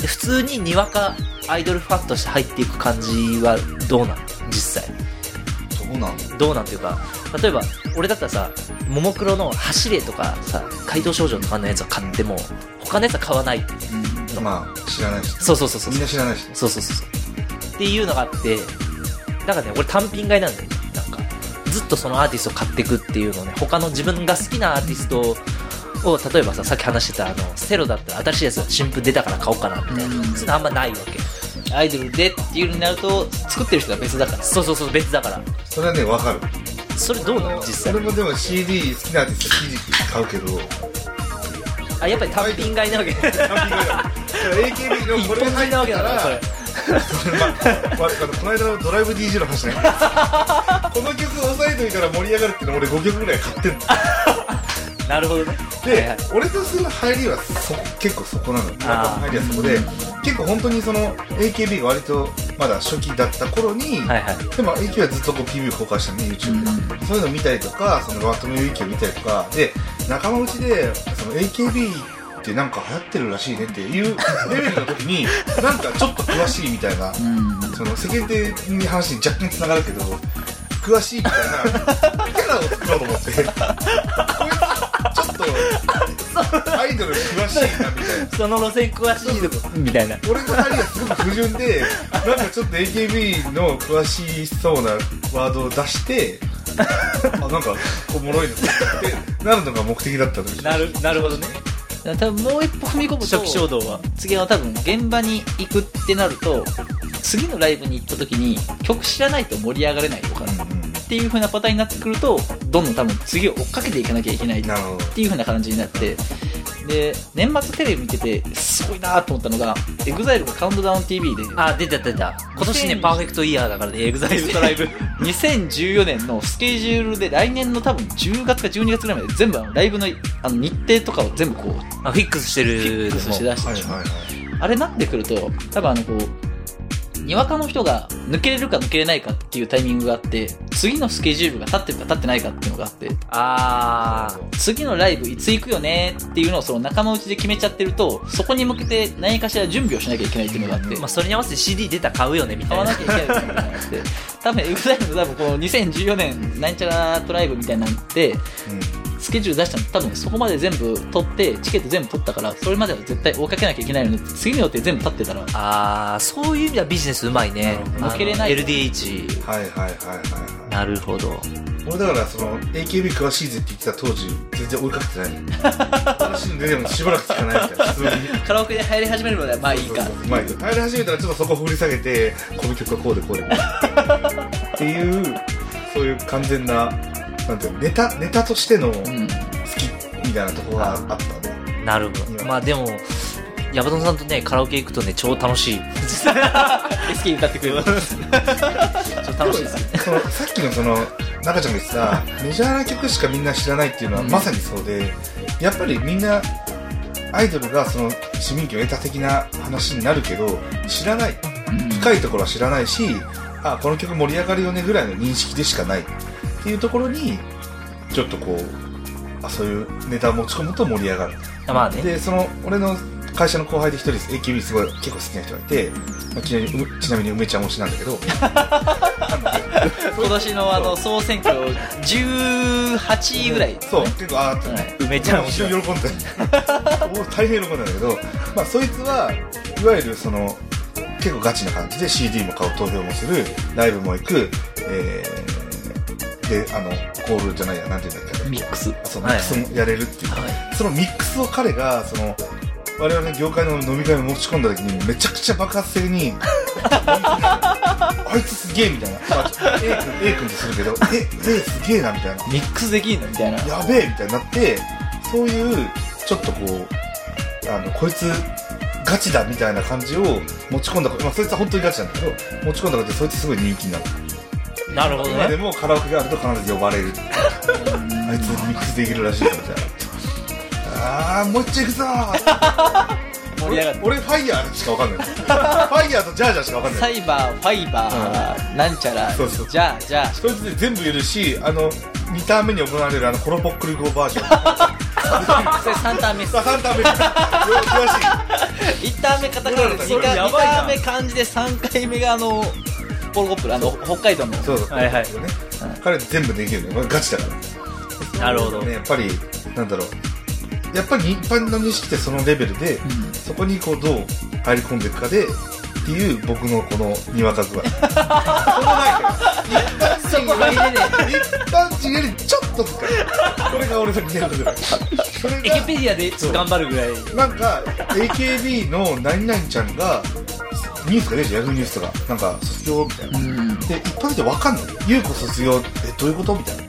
で普通ににわかアイドルファンとして入っていく感じはどうなん実際いどうなんだどうなんていうか例えば俺だったらさももクロの「走れ」とかさ「怪盗少女」とかのやつは買っても他のやつは買わないろうまあ知らないしそうそうそうそうみんな知らないしそうそうそうそうっていうのがあってなんかね俺単品買いなんだよなんかずっとそのアーティストを買っていくっていうのをね他の自分が好きなアーティストを例えばささっき話してたあのセロだったら新しいやつが新譜出たから買おうかなみたいな、うんそういうのあんまないわけアイドルでっていうのになると作ってる人が別だからそうそうそう別だからそれはねわかるそれどうなの実際俺もでも CD 好きなアーティスト CD 買うけどあやっぱり単品買いなわけ単品買いだ AKB の一これ本買入いっなわたけだかららそれそれまあわこの間のドライブ DJ の話ねこの曲押さえといたら盛り上がるっていうの俺5曲ぐらい買ってんのなるほどねで、はいはい俺とする入りはそ結構そこなの中の入りはそこで結構本当にその AKB が割とまだ初期だった頃に、はいはいでも AKB はずっとこう PV 公開してるね YouTube で、そういうの見たりとかそのバットメイウィキを見たりとかで仲間内でその AKB ってなんか流行ってるらしいねっていうレベルの時になんかちょっと詳しいみたいなうんその世間的に話に若干つながるけど詳しいみたいなキャラを作ろうと思ってこいつちょっとアイドル詳しいなみたいなその路線詳しいとこみたいな俺の入りはすごく不純でなんかちょっと AKB の詳しそうなワードを出してあなんかおもろいのってなるのが目的だったのになるなるほどねだから多分もう一歩踏み込むと初期衝動は次は多分現場に行くってなると次のライブに行った時に曲知らないと盛り上がれないとかっうていう風なパターンになってくるとどんどん多分次を追っかけていかなきゃいけないっんなるほどていう風な感じになってで年末テレビ見ててすごいなと思ったのが EXILE が「カウントダウン t v であ出てた出てた今年ね2000パーフェクトイヤーだからねエグザイルドライブ2014年のスケジュールで来年の多分10月か12月ぐらいまで全部あのライブのあの日程とかを全部こうあ フィックスしてるフィックスして出してはるいでしょはいはいあれなってくると、多分あのこう、にわかの人が抜けれるか抜けれないかっていうタイミングがあって、次のスケジュールが立ってるか立ってないかっていうのがあって、あ次のライブいつ行くよねっていうのをその仲間内で決めちゃってると、そこに向けて何かしら準備をしなきゃいけないっていうのがあって、ー、まあ、それに合わせて CD 出たら買うよねみた買いわななきゃいけないっていうのがあって、多分 EXILE の多分この2014年なんちゃらトライブみたいなのって、スケジュール出したの多分そこまで全部取って、チケット全部取ったから、それまでは絶対追いかけなきゃいけないのに、次の予定全部立ってたら、ああそういう意味ではビジネスうまいねあなるほどの抜けれない LDH はいはいはいはいはいなるほど俺だからその AKB 詳しいぜって言ってた当時全然追いかけてない 話に出てもしばらく聞かないみたいな普通にカラオケで入り始めるのではまあいいか。うまい入り始めたらちょっとそこ振り下げてこの曲はこうでこ うでっていうそういう完全ななんていうのネタネタとしての好きうんみたいなところがあったねなるほどまあでもヤバトンさんとねカラオケ行くとね超楽しい 好きに歌ってくれるちょっと楽しいですねそのさっきのその中ちゃんが言ってたメジャーな曲しかみんな知らないっていうのはうんまさにそうで、やっぱりみんなアイドルがその市民権を得た的な話になるけど知らない深いところは知らないしあこの曲盛り上がるよねぐらいの認識でしかないっていうところにちょっとこうあそういうネタを持ち込むと盛り上がるまあね。でその俺の会社の後輩で一人です AKB すごい結構好きな人がいて、まあちなみにうちなみに梅ちゃん推しなんだけど今年のあの総選挙18位ぐらい、そう結構あーって、は梅ちゃん面非白常い。に喜んでお大変喜んだんだけど、まあ、そいつはいわゆるその結構ガチな感じで CD も買う投票もするライブも行く、えーであのコールじゃないやなんていうんだっけミックス、はそのはいミックスもやれるっていう、い、そのミックスを彼がその我々の業界の飲み会を持ち込んだ時にめちゃくちゃ爆発的に あいつすげえみたいな、まあ、A 君 A 君とするけどえ A すげえなみたいなミックスできんのみたいなやべえみたいになってそういうちょっとこうあのこいつガチだみたいな感じを持ち込んだこと、まあ、そいつは本当にガチなんだけど持ち込んだことでそいつすごい人気になるなるほど今でね。もカラオケがあると必ず呼ば れるあいつミックスできるらしいよみたいなあーもう一丁行くぞー盛り上がって俺俺ファイヤーしかわかんないファイヤーとジャージャーしかわかんなサいイバーファイバー、なんちゃらそうそうじゃあじゃあそいつで全部いるしあの2ターン目に行われるあのコロポックル語バージョン それ3ターン目っすさあ3ターン目よ詳しい1ターン目カタカナでそ 2, れタやーンばいな目漢字で3回目があのポルコップルあの北海道のそうそう、はいはいそうね、彼全部できるのよ、まあガチだからなるほどね、。やっぱりなんだろうやっぱり一般の認識ってそのレベルで、んそこにこうどう入り込んでいくかでっていう僕のこのにわか 具合そこないから一般人より一般人よりちょっと深いこれが俺のにわか具合それエキがペディアで頑張るぐらい。なんか AKB の何々ちゃんがニュースが出るじゃんヤフーニュースとかなんか卒業みたいな、うんで一般人わかんない「優子卒業ってどういうこと?」みたいな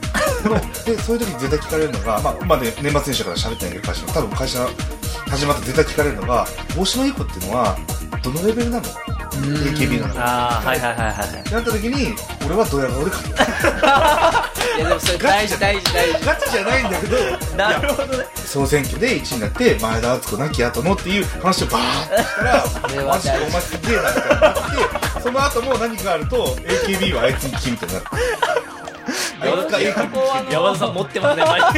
でそういう時に絶対聞かれるのが、まあ、まあね、年末年始だから喋ってないけど会社の多分会社始まって絶対聞かれるのが大島優子っていうのはどのレベルなの AKB なのなああ、はいはいはいはい。った時に俺はドヤ顔で勝ったいやでもそれ大事大事大事ガチじゃないんだけど なるほどね総選挙で1位になって前田敦子亡き後のっていう話をバーンってしたられはマジで大お事前すげえなみたいになってその後も何かあると AKB はあいつに聞きみたいになるあいつか AKB ここは山田さん持ってますね、 マイクこ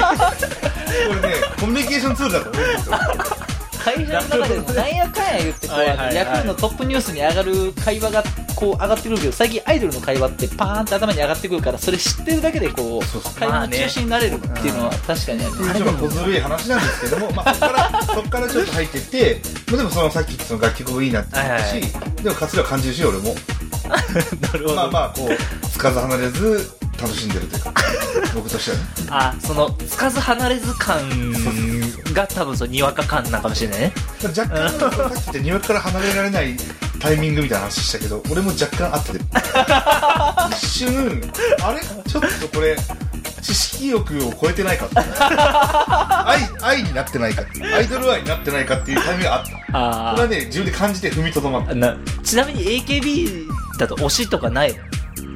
れね、コミュニケーションツールだと思うんですよ。会社の中でもなんやかんや言ってこうはいはいはいヤフーのトップニュースに上がる会話がこう上がってくるけど最近アイドルの会話ってパーンって頭に上がってくるからそれ知ってるだけでこそうそうう会話の中心になれるっていうのは確かにあるちょっと小ずるい話なんですけども、まあ、そこから、そこからちょっと入ってって、まあでもそのさっき言ったその楽曲もいいなって思ったし、はいでも活量感じるし、俺も。なるほまあど。まあ、こう、つかず離れず、楽しんでるというか、僕としてはね。あ、その、つかず離れず感が多分そう、にわか感なんかもしれないね。若干、さっき言った庭から離れられないタイミングみたいな話したけど、俺も若干あってて。一瞬、あれちょっとこれ、知識欲を超えてないかって。愛、愛になってないかって。アイドル愛になってないかっていうタイミングがあった。あこれはね、自分で感じて踏みとどまったあ。。なちなみに AKB だと推しとかないの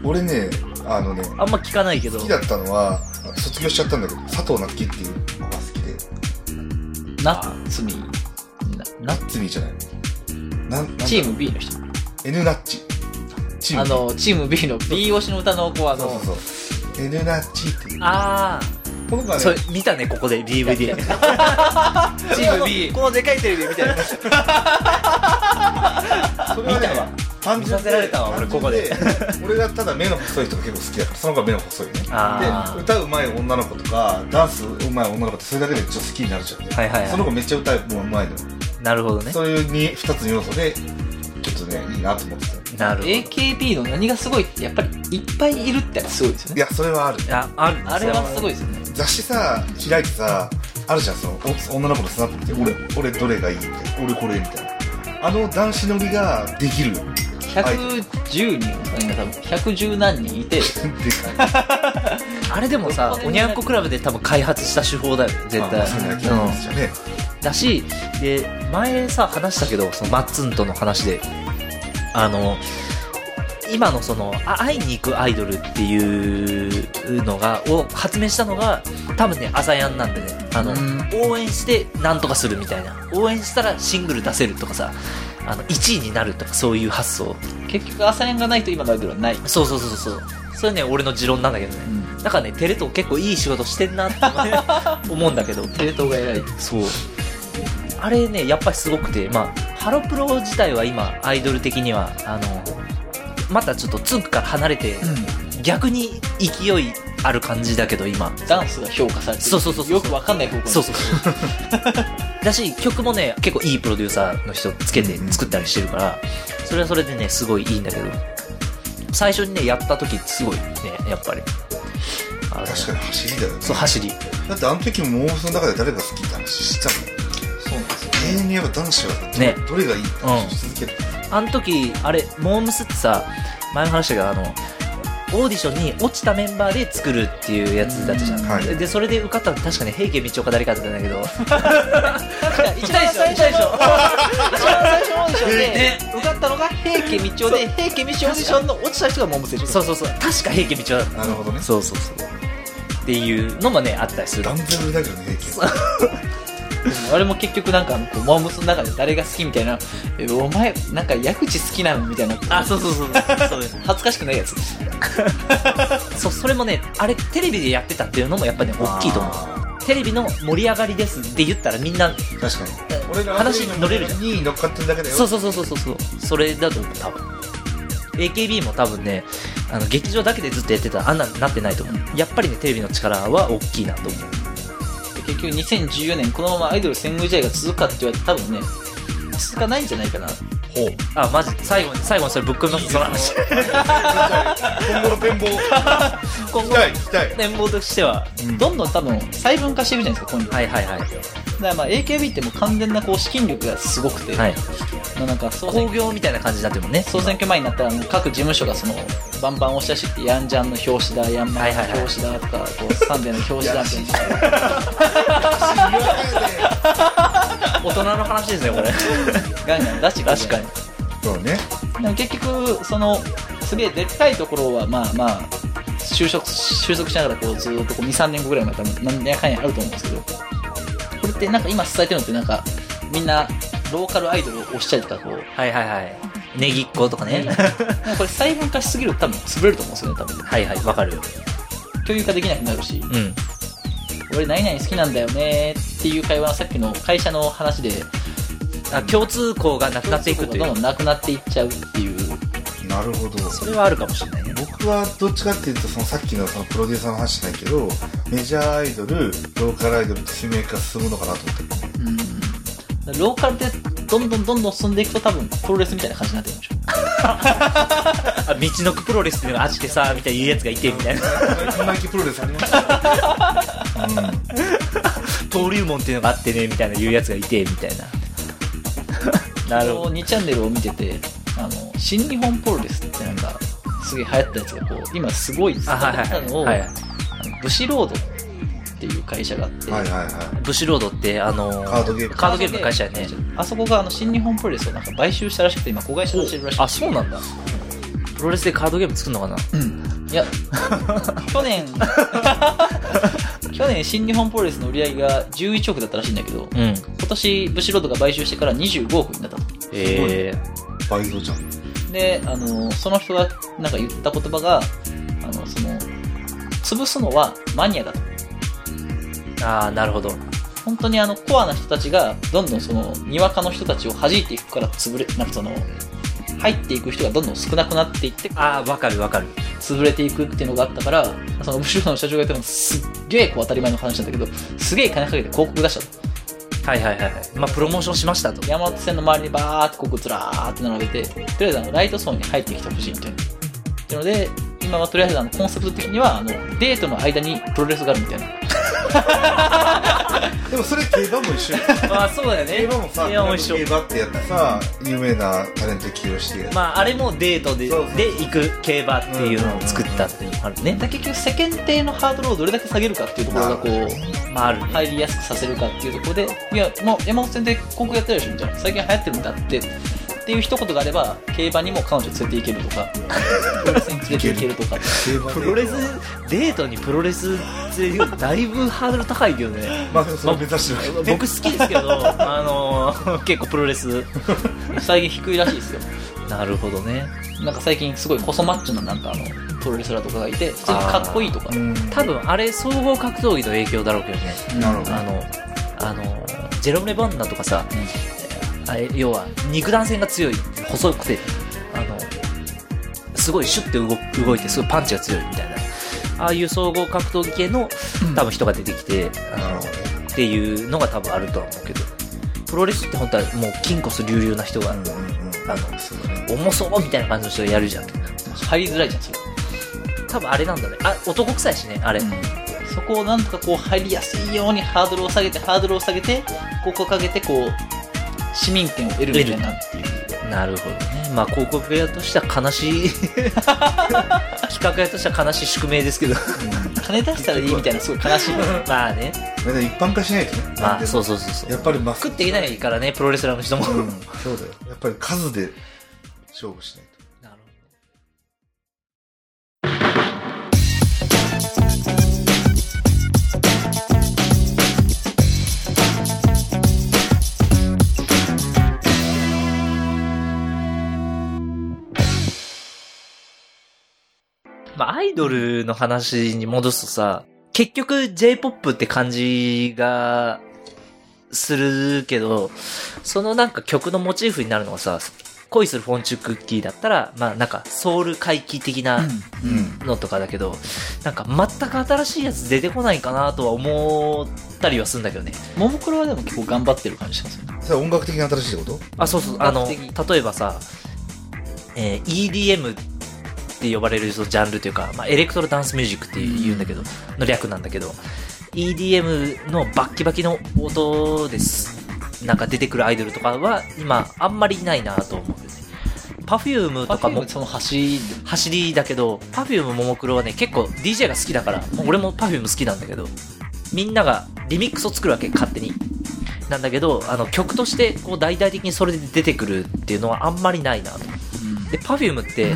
俺ね、あのね、あんま聞かないけど。好きだったのは、卒業しちゃったんだけど、佐藤なっきっていうのが好きで、ナッツミーナッツミーじゃないなんなんだチーム B の人 ?N ナッチ。チーム。あ、のチーム B の B 推しの歌の子はあそうのそうそう。N ナッチっていう。あこの子あ、はねそ、れ見たね、ここで DVD。チーム B。このでかいテレビみ たいな。それはね見たわ単純で見させられたわ俺ここで単純で 俺がただ目の細い人が結構好きだからその子は目の細いねあーで歌うまい女の子とかダンスうまい女の子ってそれだけでちょっと好きになるじゃん、はいはいはいその子めっちゃ歌うまいのよ なるほどね。そういうに2つの要素でちょっとねいいなと思ってたなるほど。 AKB の何がすごいってやっぱりいっぱいいるってのがすごいですよいねやそれはあるあ、あるんですあれよはすごいですよね雑誌さ開いてさあるじゃんそのお女の子のスナップ見て俺俺どれがいいみたいな俺これみたいなあの男子乗りがで きるよ110人とか今多分110何人いてでかいあれでもさ、おにゃんこクラブで多分開発した手法だよ、絶ま対あ。そんな気うがんするじゃんねだしで前さ話したけどそのマッツンとの話であの今のそのあ会いに行くアイドルっていうのがを発明したのが多分ね朝やんなんでねあの、うん応援してなんとかするみたいな応援したらシングル出せるとかさあの1位になるとかそういう発想結局朝練がないと今のアイドルはない、そうそうそうそうそれね俺の持論なんだけどねだからねテレ東結構いい仕事してんな って思うんだけどテレ東が偉いそうあれねやっぱりすごくてまあハロプロ自体は今アイドル的にはあのまたちょっとツンクから離れて、逆に勢いある感じだけど今ダンスが評価されてるそうそうそうそうよくわかんない方向にそうそうそう だし曲もね結構いいプロデューサーの人つけて作ったりしてるからそれはそれでねすごいいいんだけど最初にねやった時すごいねやっぱりあの確かに走りだよねそう走りだってあの時もモームスの中で誰が好きって話したもそうなんですよん永遠にやっぱ男子はねどれがいいって話し続ける、あの時あれモームスってさ前も話したけどあのオーディションに落ちたメンバーで作るっていうやつだったじゃん、うんはいででそれで受かったの確かね平家道岡誰かだったんだけど 確か一番最初の一番最初のオーディションで、受かったのが平家道夫で平家道夫オーディションの落ちた人がモムセそううそうそう確か平家道岡だっなるほどねたそうそうそうっていうのもねあったりする断然売れだけどね平均あれも結局なんかこうモムスの中で誰が好きみたいなえお前なんか矢口好きなのみたいなあそうそうそうそうです恥ずかしくないやつそうそれもねあれテレビでやってたっていうのもやっぱね大きいと思うテレビの盛り上がりですって言ったらみんな確かに俺ら話に乗れるじゃんに乗っかってるだけだよそうそうそうそうそうそうそれだと思う多分 AKB も多分ねあの劇場だけでずっとやってたらあんなになってないと思うやっぱりねテレビの力は大きいなと思う結局2014年このままアイドル戦後時代が続くかって言われて多分ね続かないんじゃないかなほうあマジ最後に最後にそれぶっ込みますその話今後の 展望今期後待期 待展望としてはどんどん多分細分化してるじゃないですか今度、はいはいはいだからまあ AKB ってもう完全なこう資金力がすごくて、はいまあなんか総選興挙行みたいな感じになってるもんね総選挙前になったらもう各事務所がそのバンバン押し出してヤンジャンの表紙だヤンマンの表紙だとか、こうサンデーの表紙だみたいな大人の話ですねこれガンガン出してくる確かにそうねでも結局そのすげえでっかいところはまあまあ就職就職しながらこうずっと23年後ぐらいまで多分何やかんやあると思うんですけどこれってなんか今伝えてるのってなんかみんなローカルアイドルを推したりとかこうはいはいはいネギっ子とかねなんかこれ細分化しすぎると多分潰れると思うんですよね多分はいはいわかるよ共有化できなくなるしうん俺何々好きなんだよねっていう会話のさっきの会社の話であ共通項がなくなっていくといどんうどんなくなっていっちゃうっていうなるほどそれはあるかもしれないね僕はどっちかっていうとそのさっきのそのプロデューサーの話じゃないけどメジャーアイドルローカルアイドルって指名化進むのかなと思っ てうんローカルでどんどんどんどん進んでいくと多分プロレスみたいな感じになってるんでしょあ道のくプロレスっていうのがあってさみたいな言うやつがいてみたいなナイキプロレスありました、うん登竜門っていうのがあってねみたいな言うやつがいてみたい ななるほこの2チャンネルを見ててあの新日本プロレスってなんかすげえ流行ったやつがこう今すごい伝どあわはったいのをはいはいあのブシロードっていう会社があって、はいはいはブシロードってあのーカードゲームカードゲームの会社やねあそこがあの新日本プロレスをなんか買収したらしくて今子会社にしてるらしいあそうなんだプロレスでカードゲーム作るのかないや去 年去年新日本プロレスの売り上げが11億だったらしいんだけうどん今年ブシロードが買収してから25億になったとえいバイドじゃんであのその人がなんか言った言葉があのその潰すのはマニアだとー、ああなるほど本当にあのコアな人たちがどんどんそのにわかの人たちを弾いていくから潰れなんかその入っていく人がどんどん少なくなっていってああわかるわかる潰れていくっていうのがあったからその後ろの社長が言ってもすっげえこう当たり前の話なんだけどすげえ金かけて広告出したとはいはいはいはいまあプロモーションしましたと山手線の周りにバーって広告ずらーって並べてとりあえずあのライト層に入ってきてほしいみたいなっていうので今はとりあえずあのコンセプト的にはあのデートの間にプロレスがあるみたいなでもそれ競馬も一緒よああそうだよ競馬もさいやもう一緒競馬ってやってさ有名なタレント起用してまああれもデートでそうそうで行く競馬っていうのを作ったっていうのもあるねだ結局世間体のハードルをどれだけ下げるかっていうところがこなるうまああるね入りやすくさせるかっていうところでいやもう山手線で広告やってるでしょみたいな最近流行ってるんだってっていう一言があれば競馬にも彼女連れて行けるとかプロレスに連れて行けるとかプロレスデートにプロレス連れて行くのだいぶハードル高いけどね まあそれを目指してる 僕好きですけどあのー 結構プロレス最近低いらしいですよなるほどねなんか最近すごい細マッチョななんかあのプロレスラーとかがいて普通にかっこいいとか多分あれ総合格闘技の影響だろうけどねなるほどあのあのジェロム・レバンナとかさ、あれ要は肉弾戦が強い細くてあのすごいシュッて動く動いてすごいパンチが強いみたいなああいう総合格闘技系の多分人が出てきて、あのなるほどねっていうのが多分あるとは思うけどプロレスって本当はもう筋骨隆々な人が、うんうんあうんそうだね重そうみたいな感じの人がやるじゃん入りづらいじゃんそれ多分あれなんだねあ男臭いしねあれ、そこをなんとかこう入りやすいようにハードルを下げてハードルを下げてここをかけてこう市民権を得るみたいなっていうなるほどねまあ広告屋としては悲 しい企画屋としては悲しい宿命ですけど 金出したらいいみたいなすごい悲しいまあねだから一般化しないとねまあそううそうそう そうやっぱりまあ食っていないからねプロレスラーの人も、うんそうだよやっぱり数で勝負しない となるほどまあ、アイドルの話に戻すとさ、結局 J-POP って感じがするけど、そのなんか曲のモチーフになるのがさ、恋するフォンチュクッキーだったら、まあなんかソウル回帰的なうんのとかだけど、なんか全く新しいやつ出てこないかなとは思ったりはするんだけどね。ももクロはでも結構頑張ってる感じしますよねそれは音楽的な新しいことあ、そうそう、あの、比較例えばさ、えー EDM って呼ばれるそのジャンルというか、まあ、エレクトロダンスミュージックって言うんだけど、の略なんだけど、EDM のバッキバキの音です。なんか出てくるアイドルとかは、今、あんまりいないなと思うんですね。Perfume とパフかューもム、その走走りだけど、Perfume ももクロはね、結構 DJ が好きだから、もう俺も Perfume 好きなんだけど、みんながリミックスを作るわけ、勝手に。なんだけど、あの曲としてこう大々的にそれで出てくるっていうのはあんまりないなと。で、Perfume って、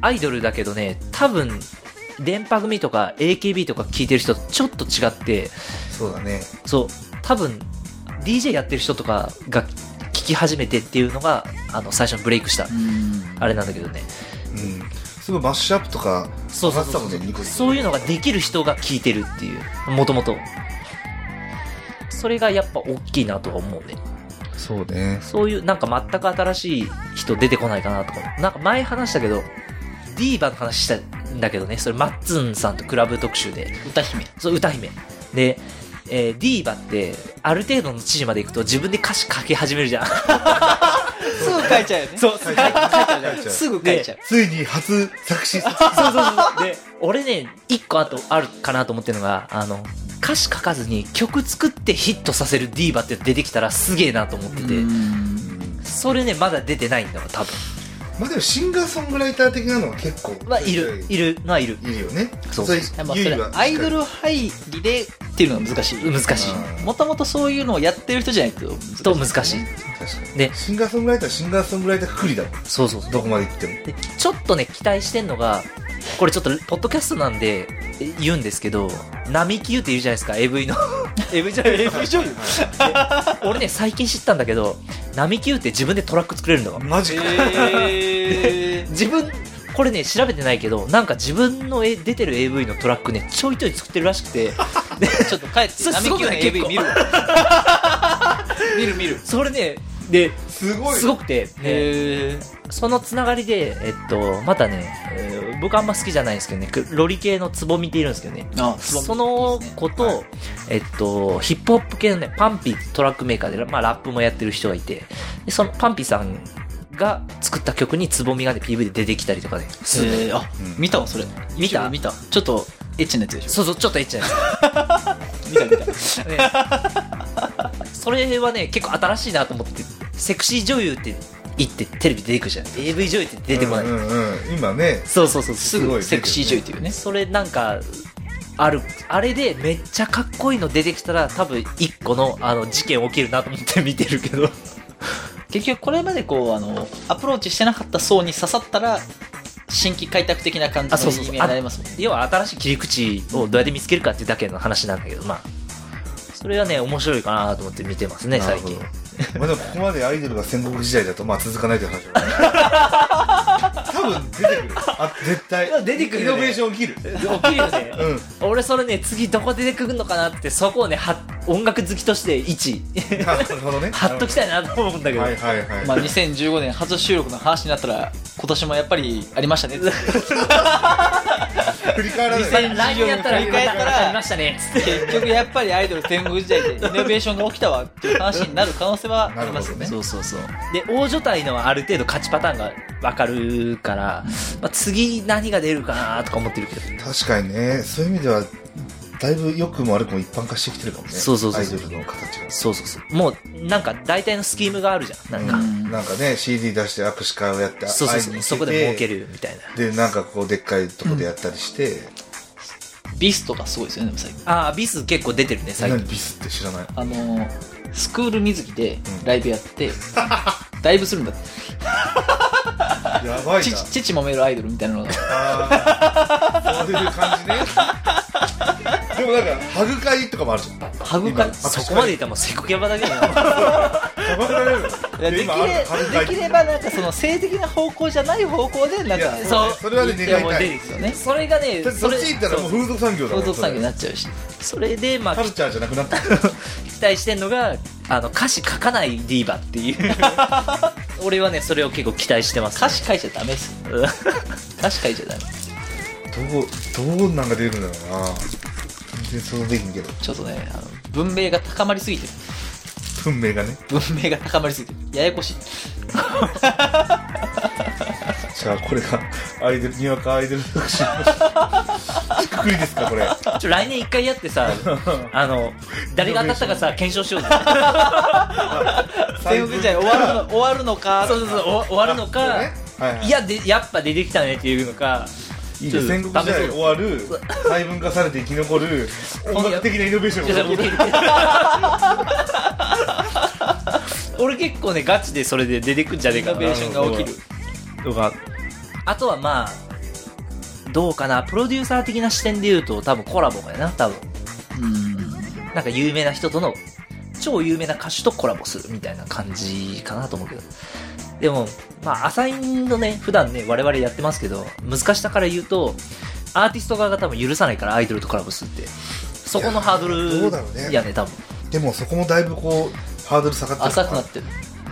アイドルだけどね、多分、電波組とか AKB とか聞いてる人とちょっと違って、そうだねそう、多分、DJ やってる人とかが聞き始めてっていうのが、あの、最初のブレイクした、あれなんだけどね。うんすごいマッシュアップとかそうそう上がってそたうもんそねニコうニコそういうのができる人が聞いてるっていうもともとそれがやっぱ大きいなとは思うねそうねそういうなんか全く新しい人出てこないかなとかなんか前話したけどディーバの話したんだけどねそれマッツンさんとクラブ特集で歌姫そう歌姫で、えーディーバってある程度の知事まで行くと自分で歌詞書き始めるじゃん すぐ書いちゃうよねそう書いて書いすぐ書いちゃうついに初 作詞作そうそうそう。で、俺ね、一個あとあるかなと思ってるのが、あの、歌詞書かずに曲作ってヒットさせるディーバって出てきたらすげえなと思ってて、それね、まだ出てないんだわ、多分。まあでもシンガーソングライター的なのは結構まあ、いる、いるのはいる。いるよねそうれでもそゆいれはアイドル入りでっていうのが難しい難しうんもともとそういうのをやってる人じゃないとい。と難しい。確かにでシンガーソングライターシンガーソングライターくくりだもんそうそうそう。どこまで行ってもでちょっとね、期待してんのが、これちょっと、ポッドキャストなんでえ言うんですけど、並木優って言うじゃないですか、AV の。AV じゃない AV 女優俺ね、最近知ったんだけど、並木優って自分でトラック作れるんだわ。マジかえー自分これね調べてないけどなんか自分のえ出てる AV のトラックねちょいちょい作ってるらしく て ちょっと帰ってそれす並ご木くのない結 AV 構見るわ見 る見るそれねですすごいすごくて、ね、へえそのつながりで、えっと、またね、えー僕あんま好きじゃないんですけどねくロリ系のつぼみっているんですけどねあその子と、はいえっと、ヒップホップ系のね、パンピーってトラックメーカーで、まあ、ラップもやってる人がいて、でそのパンピーさんが作った曲につぼみがね、PV で出てきたりとかね、するのよえー、あ、うん見たわそれ見た YouTube 見たちょっとエッチなやつでしそうそう、ちょっとエッチなんですょ見た見たねそれはね結構新しいなと思ってセクシー女優って言ってテレビ出てくるじゃん AV 女優って出てこない、うんうんうん今ねそうそうそうすすごいぐねセクシー女優っていうねそれなんかあるあれでめっちゃかっこいいの出てきたら多分一個のあの事件起きるなと思って見てるけど結局これまでこうあのアプローチしてなかった層に刺さったら新規開拓的な感じ あそのうそうそう意味になりますもんね要は新しい切り口をどうやって見つけるかっていうだけの話なんだけどまあそれがね面白いかなと思って見てますね最近なるほどまあでもここまでアイドルが戦国時代だとまあ続かないという話 は多分出てくるあ絶いや対出てくるイよノねベーション起きる大きいよねうん俺それね次どこ出てくるのかなってそこをねは音楽好きとして一あなるほどね貼っときたいなと思うんだけど、はいはいはい、まあ、2015年初収録の話になったら今年もやっぱりありましたねって振り返らない2000来年やったら振り返ったらありましたねつって結局やっぱりアイドル天国時 代でイノベーションが起きたわっていう話になる可能性はありますよねそうそうそうで大所帯のはある程度勝ちパターンが分かるから、まあ、次何が出るかなとか思ってるけど確かにねそういう意味ではだいぶ良くも悪くも一般化してきてるかもねそうそうそうアイドルの形がそうそうそうもうなんか大体のスキームがあるじゃんなんか、うんなんかね CD 出して握手会をやってそうそう会いに行そうってそこで儲けるみたいなでなんかこうでっかいとこでやったりして、ビスとかすごいですよねでも最近ああビス結構出てるね最何近ビスって知らないあのースクール水着でうんライブや って、ダイブするんだってやばいな父父もめるアイドルみたいなのがあーそういう感じね でもなんかハグ会とかもあるじゃんハグ会今そこまでいったらもうセコキャバだけどなやばくなれるいやでき今あるハグれ会できればなんかその性的な方向じゃない方向でなんいかやそうそうそれはね願いたやいもう出てきたねそれがねだってそそっれち行ったらもう風俗産業だもん風俗産業になっちゃうしそれでまあカルチャーじゃなくなった期待してんのがあの歌詞書かないディーバって いう俺はねそれを結構期待してます、ね、歌詞書いちゃダメです歌詞書いちゃダメどうどうなんか出るんだろうな全然想像できんけどちょっとねあの文明が高まりすぎてる文明がね文明が高まりすぎてるややこ しいじゃあこれがアイドルにわかアイドル特集くくりですかこれ ちょ来年一回やって さあの誰が当たったかさ検証しようぜ天国時代終わるの終わるのかそうそうそうお終わるのか、はいはいいやでやっぱ出てきたねっていうのかいいね戦国時代終わる細分化されて生き残る音楽的なイノベーションいやがで起もこる出てきて 俺結構ねガチでそれで出てくんじゃねえイかノなベーションが起きるとかあとはまあどうかなプロデューサー的な視点で言うと多分コラボかな多分うんなんか有名な人との超有名な歌手とコラボするみたいな感じかなと思うけどでもまあアサインのね普段ね我々やってますけど難しさから言うとアーティスト側が多分許さないからアイドルとコラボするってそこのハードいやどうだろうねルやね多分でもそこもだいぶこうハードル下がってる浅くかなってる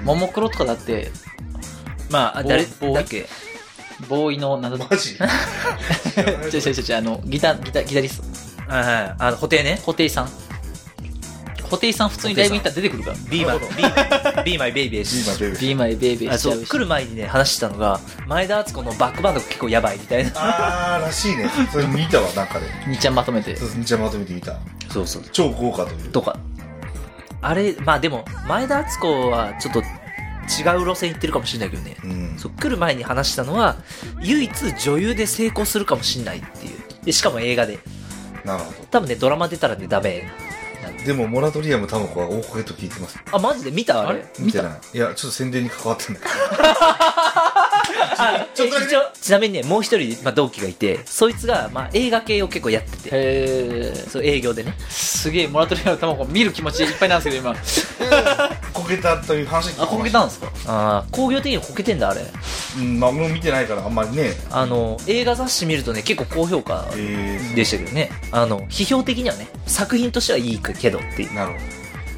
ももクロとかだってまあ誰ボーイだっけボーイの謎のマジ知らない違う違う違う違うあのギターギターギタリストはいはいあの布袋ね布袋さん布袋さん普通にライブ行ったら出てくるから Be my, be, be my baby ジーマン ベイビービーマイベイベーあしちゃそううし来る前にね話してたのが前田敦子のバックバンドが結構やばいみたいなあーらしいねそれ見たわなんかで2ちゃんまとめてそうちゃんまとめて見たそうそう超豪華というとかあれまあでも前田敦子はちょっと違う路線行ってるかもしれないけどねうんそう来る前に話したのは唯一女優で成功するかもしれないっていうでしかも映画でなるほ多分ねドラマ出たらねダメどでもモラトリアムタモコは大声と聞いてますあマジで見たあれ見てないいやちょっと宣伝に関わってんだけどあちょっとだけ一応ちなみにねもう一人、まあ、同期がいてそいつが、まあ、映画系を結構やっててへえそう営業でねすげえモラトリアの卵見る気持ちでいっぱいなんですけど今こけたという話あこけたんですかああ工業的にこけてんだあれうんまあ俺も見てないからあんまりねあの映画雑誌見るとね結構高評価えでしたけどねあの批評的にはね作品としてはいいけどっていうなるほど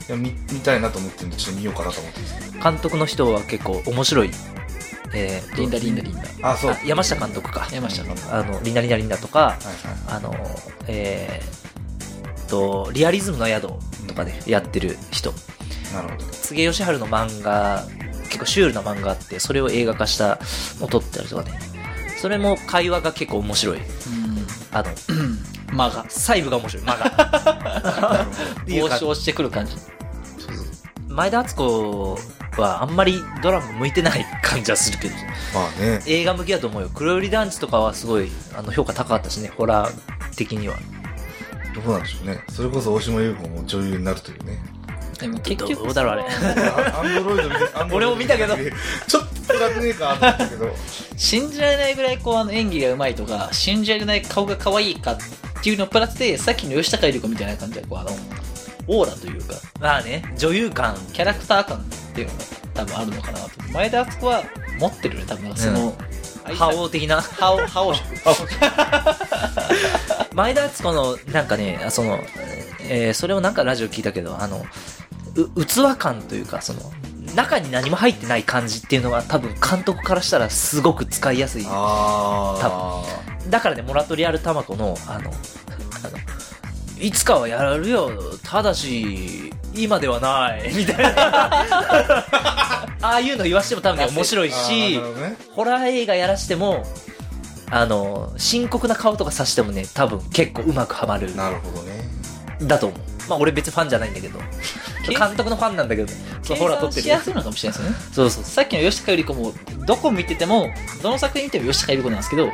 いや見見たいなと思ってるんでちょっと見ようかなと思ってるんですけ監督の人は結構面白い、えーとリンダリンダリンダどあそうあ山下監督か山下監督あのリナリナリンダとかはいはいあのえーとリアリズムの宿とかでやってる人なるほど柘植義治の漫画結構シュールな漫画あってそれを映画化したのを撮ったりとかねそれも会話が結構面白いあのうん間が細部が面白い間が っていう帽か 子をしてくる感じ前田敦子はあんまりドラマ向いてない感じはするけどまあね映画向きだと思うよ黒より団地とかはすごいあの評価高かったしねホラー的にはどうなんでしょうねそれこそ大島優子も女優になるというねでも結ど局うだろうあれアンドロイド見て、アンド俺ロイドも見たけどちょっと暗くねえかと思ったけど、信じられないぐらいこうあの演技がうまいとか信じられない顔が可愛いかっていうのプラスでさっきの吉高由里子みたいな感じでこうあのオーラというかまあね女優感キャラクター感っていうのが多分あるのかなと前田敦子は持ってるよね多分その、覇王的な覇王覇王色前田敦子のなんかねその、えーそれをなんかラジオ聞いたけどあのう器感というかその中に何も入ってない感じっていうのが多分監督からしたらすごく使いやすいあだからねモラトリアルタマコのあのあのいつかはやるよただし今ではない みたいなああいうの言わしても多分ね面白いーしなるほどねホラー映画やらしてもあの深刻な顔とかさしてもね多分結構うまくはまるなるほどね。だと思うまあ俺別にファンじゃないんだけ ど監督のファンなんだけどそうホラー撮って計算しるやすいのかもしれないですよねそうそうそさっきの吉高由里子もどこ見ててもどの作品見ても吉高由里子なんですけど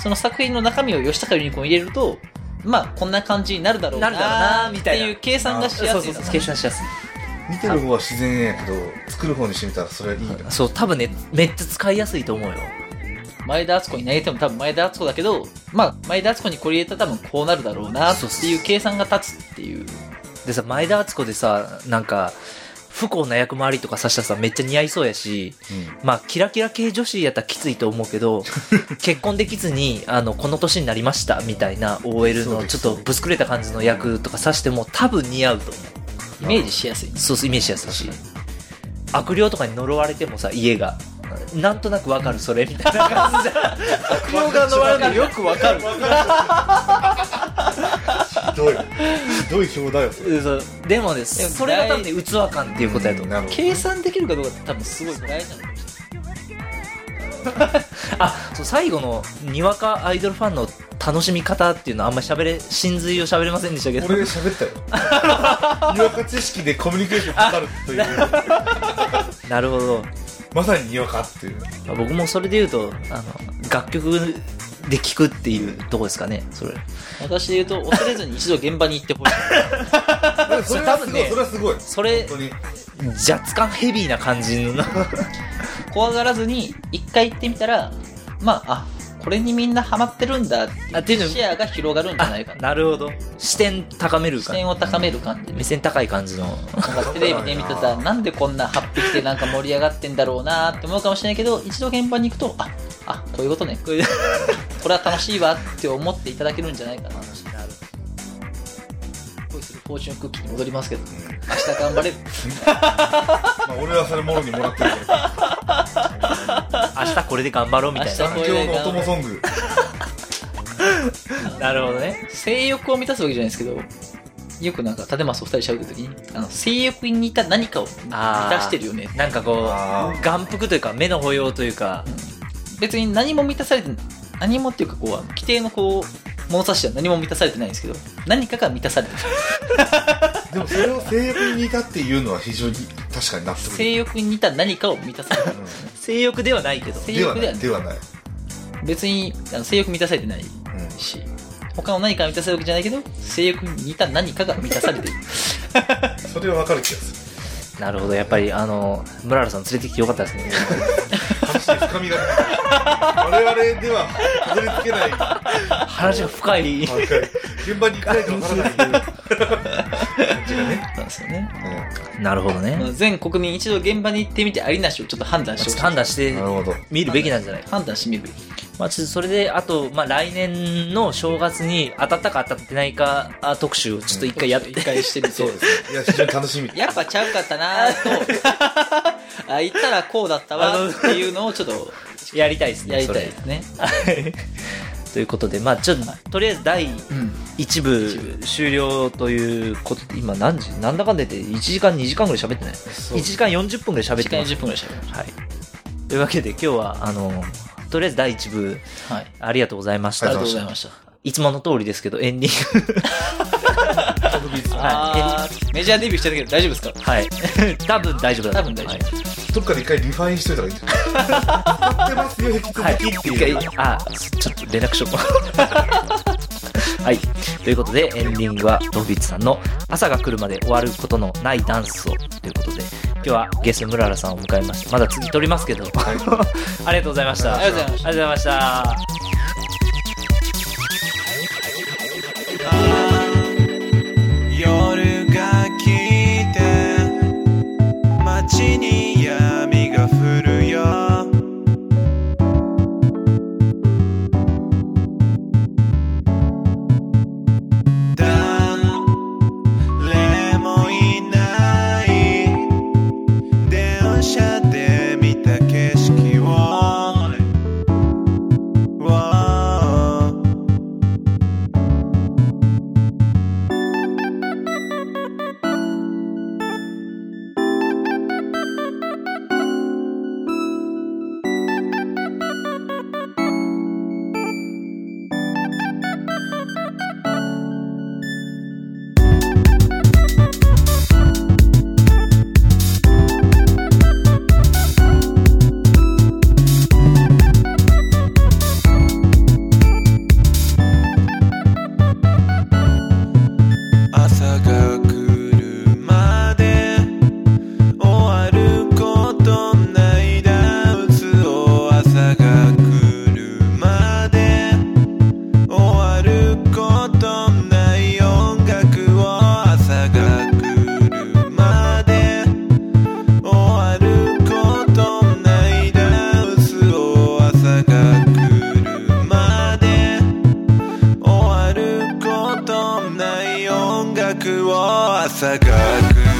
その作品の中身を吉高由里子に入れるとまあこんな感じになるだろうなるだろうなみたいなっていう計算がしうやそすういそうのか計算しやすい見てる方は自然やけど、作る方にしてみたらそれいいな。そう多分ねめっちゃ使いやすいと思うよ前田敦子に投げても多分前田敦子だけどまあ前田敦子にこれ入れたら多分こうなるだろうなってそうそういそう計算が立つっていうでさ前田敦子でさなんか不幸な役回りとかさしたらさめっちゃ似合いそうやし、まあキラキラ系女子やったらきついと思うけ ど結婚できずにあのこの年になりましたみたいな OL そうのですちょっとぶつくれた感じの役とかさしても多分似合うと思イメージしやすいうそうそうイメージしやすいし悪霊とかに呪われてもさ家がなんとなくわかるそれみたいな感じじゃん 悪霊が呪われてよくわかるひどい。ひどい表だよ、それ。うんそうでもねそれが多分ね器感っていうことやと思うなるほど。計算できるかどうかって多分すごい大事なのかもしれないあそう最後のにわかアイドルファンの楽しみ方っていうのはあんまり喋れ真髄を喋れませんでしたけど俺喋ったよ。 にわか知識でコミュニケーションを図るという、なるほどまさににわかっていう。まあ僕もそれで言うとあの楽曲で聴くっていうとこですかねそれ私で言うと恐れずに一度現場に行ってほしいそれはすごい、それはすごい。それ本当に。ジャッツ感ヘビーな感じの怖がらずに一回行ってみたらまああこれにみんなハマってるんだあっってていいううの視野が広がるんじゃないかななるほど視点高める視か点を高める感じで目線高い感 じのなんかテレビで見てたらなんでこんなハッピーってなんか盛り上がってんだろうなって思うかもしれないけど一度現場に行くとああこういうことね これこれは楽しいわって思っていただけるんじゃないかな恋するフォーチュンクッキーに戻りますけど明うん日頑張れるまあ、俺はそれもろにもらってる けど。明日これで頑張ろうみたい明日なこれ今日のお供ソング。なるほどね性欲を満たすわけじゃないですけどよくなんか立松お二人喋るときにあの性欲に似た何かを満あーたしてるよねなんかこあう眼福というか目の保養というか別に何も満たされて何もっていうかこうあの規定のこう物差しでは何も満たされてないんですけど何かが満たされ てるでもそれを性欲に似たっていうのは非常に確かに納得性欲に似た何かを満たされてる性欲 ではないけど性では欲な。ではいないではない。別にあの性欲満たされてないうんし他の何かが満たされるわけじゃないけど性欲に似た何かが満たさ れているそれはわかる気がすなるほど、やっぱり、あの、ムララさん連れてきてよかったですね。る。話に深みがある。我々ではたどり着けない段 話が深い。階。現場に行かないとわからない感じがね。なんですよね、 なるほどまあね。全国民一度現場に行ってみてありなしをちょっと判断しよう判断しうてんなるほど。見るべきなんじゃないか。判断してみるまあ、ちょっとそれで、あと、まあ、来年の正月に当たったか当たってないかあ特集をちょっと一回や って、一回してみていや、非常に楽しみ。やっぱちゃうかったなー とあ行ったらこうだったわーっていうのをちょっとやりたいですね。やりたいですねそれ。はいということで、まあ、ちょっと、とりあえず第うん一部終了ということで、今何時なんだかんだ言って1時間2時間ぐらい喋ってない ?1 時間40分ぐらい喋っ時て間ます10分ぐらいしゃべりましはい。というわけで今日は、あの、とりあえず第一部、たはいありがとうございましありた。がとうございましたいつもの通りですけど、エンディング。はあーメジャーデビューしてたけど大丈夫ですかい。 はい。多分大丈夫だ多と思分う大丈夫はいどっかで一回リファインしといた方がいいんじゃない 歌ってますよ、引き続はい。きって一いう。回、あ、ちょっと連絡しよう。はい。 ということで、エンディングはドフィッツさんの朝が来るまで終わることのないダンスをということで、今日はゲストムララさんを迎えまして、まだ次撮りますけど、 ありがとうございました。ありがとうございましありがたとうございました。夜が来て街に闇が降るよ誰もいない電車で見た景色を Wow 朝が来るまで終わることないダンスを朝が来るまで終わることない音楽を朝が来るまで終わることないダンスを朝が来るまで終わることない音楽を朝が来る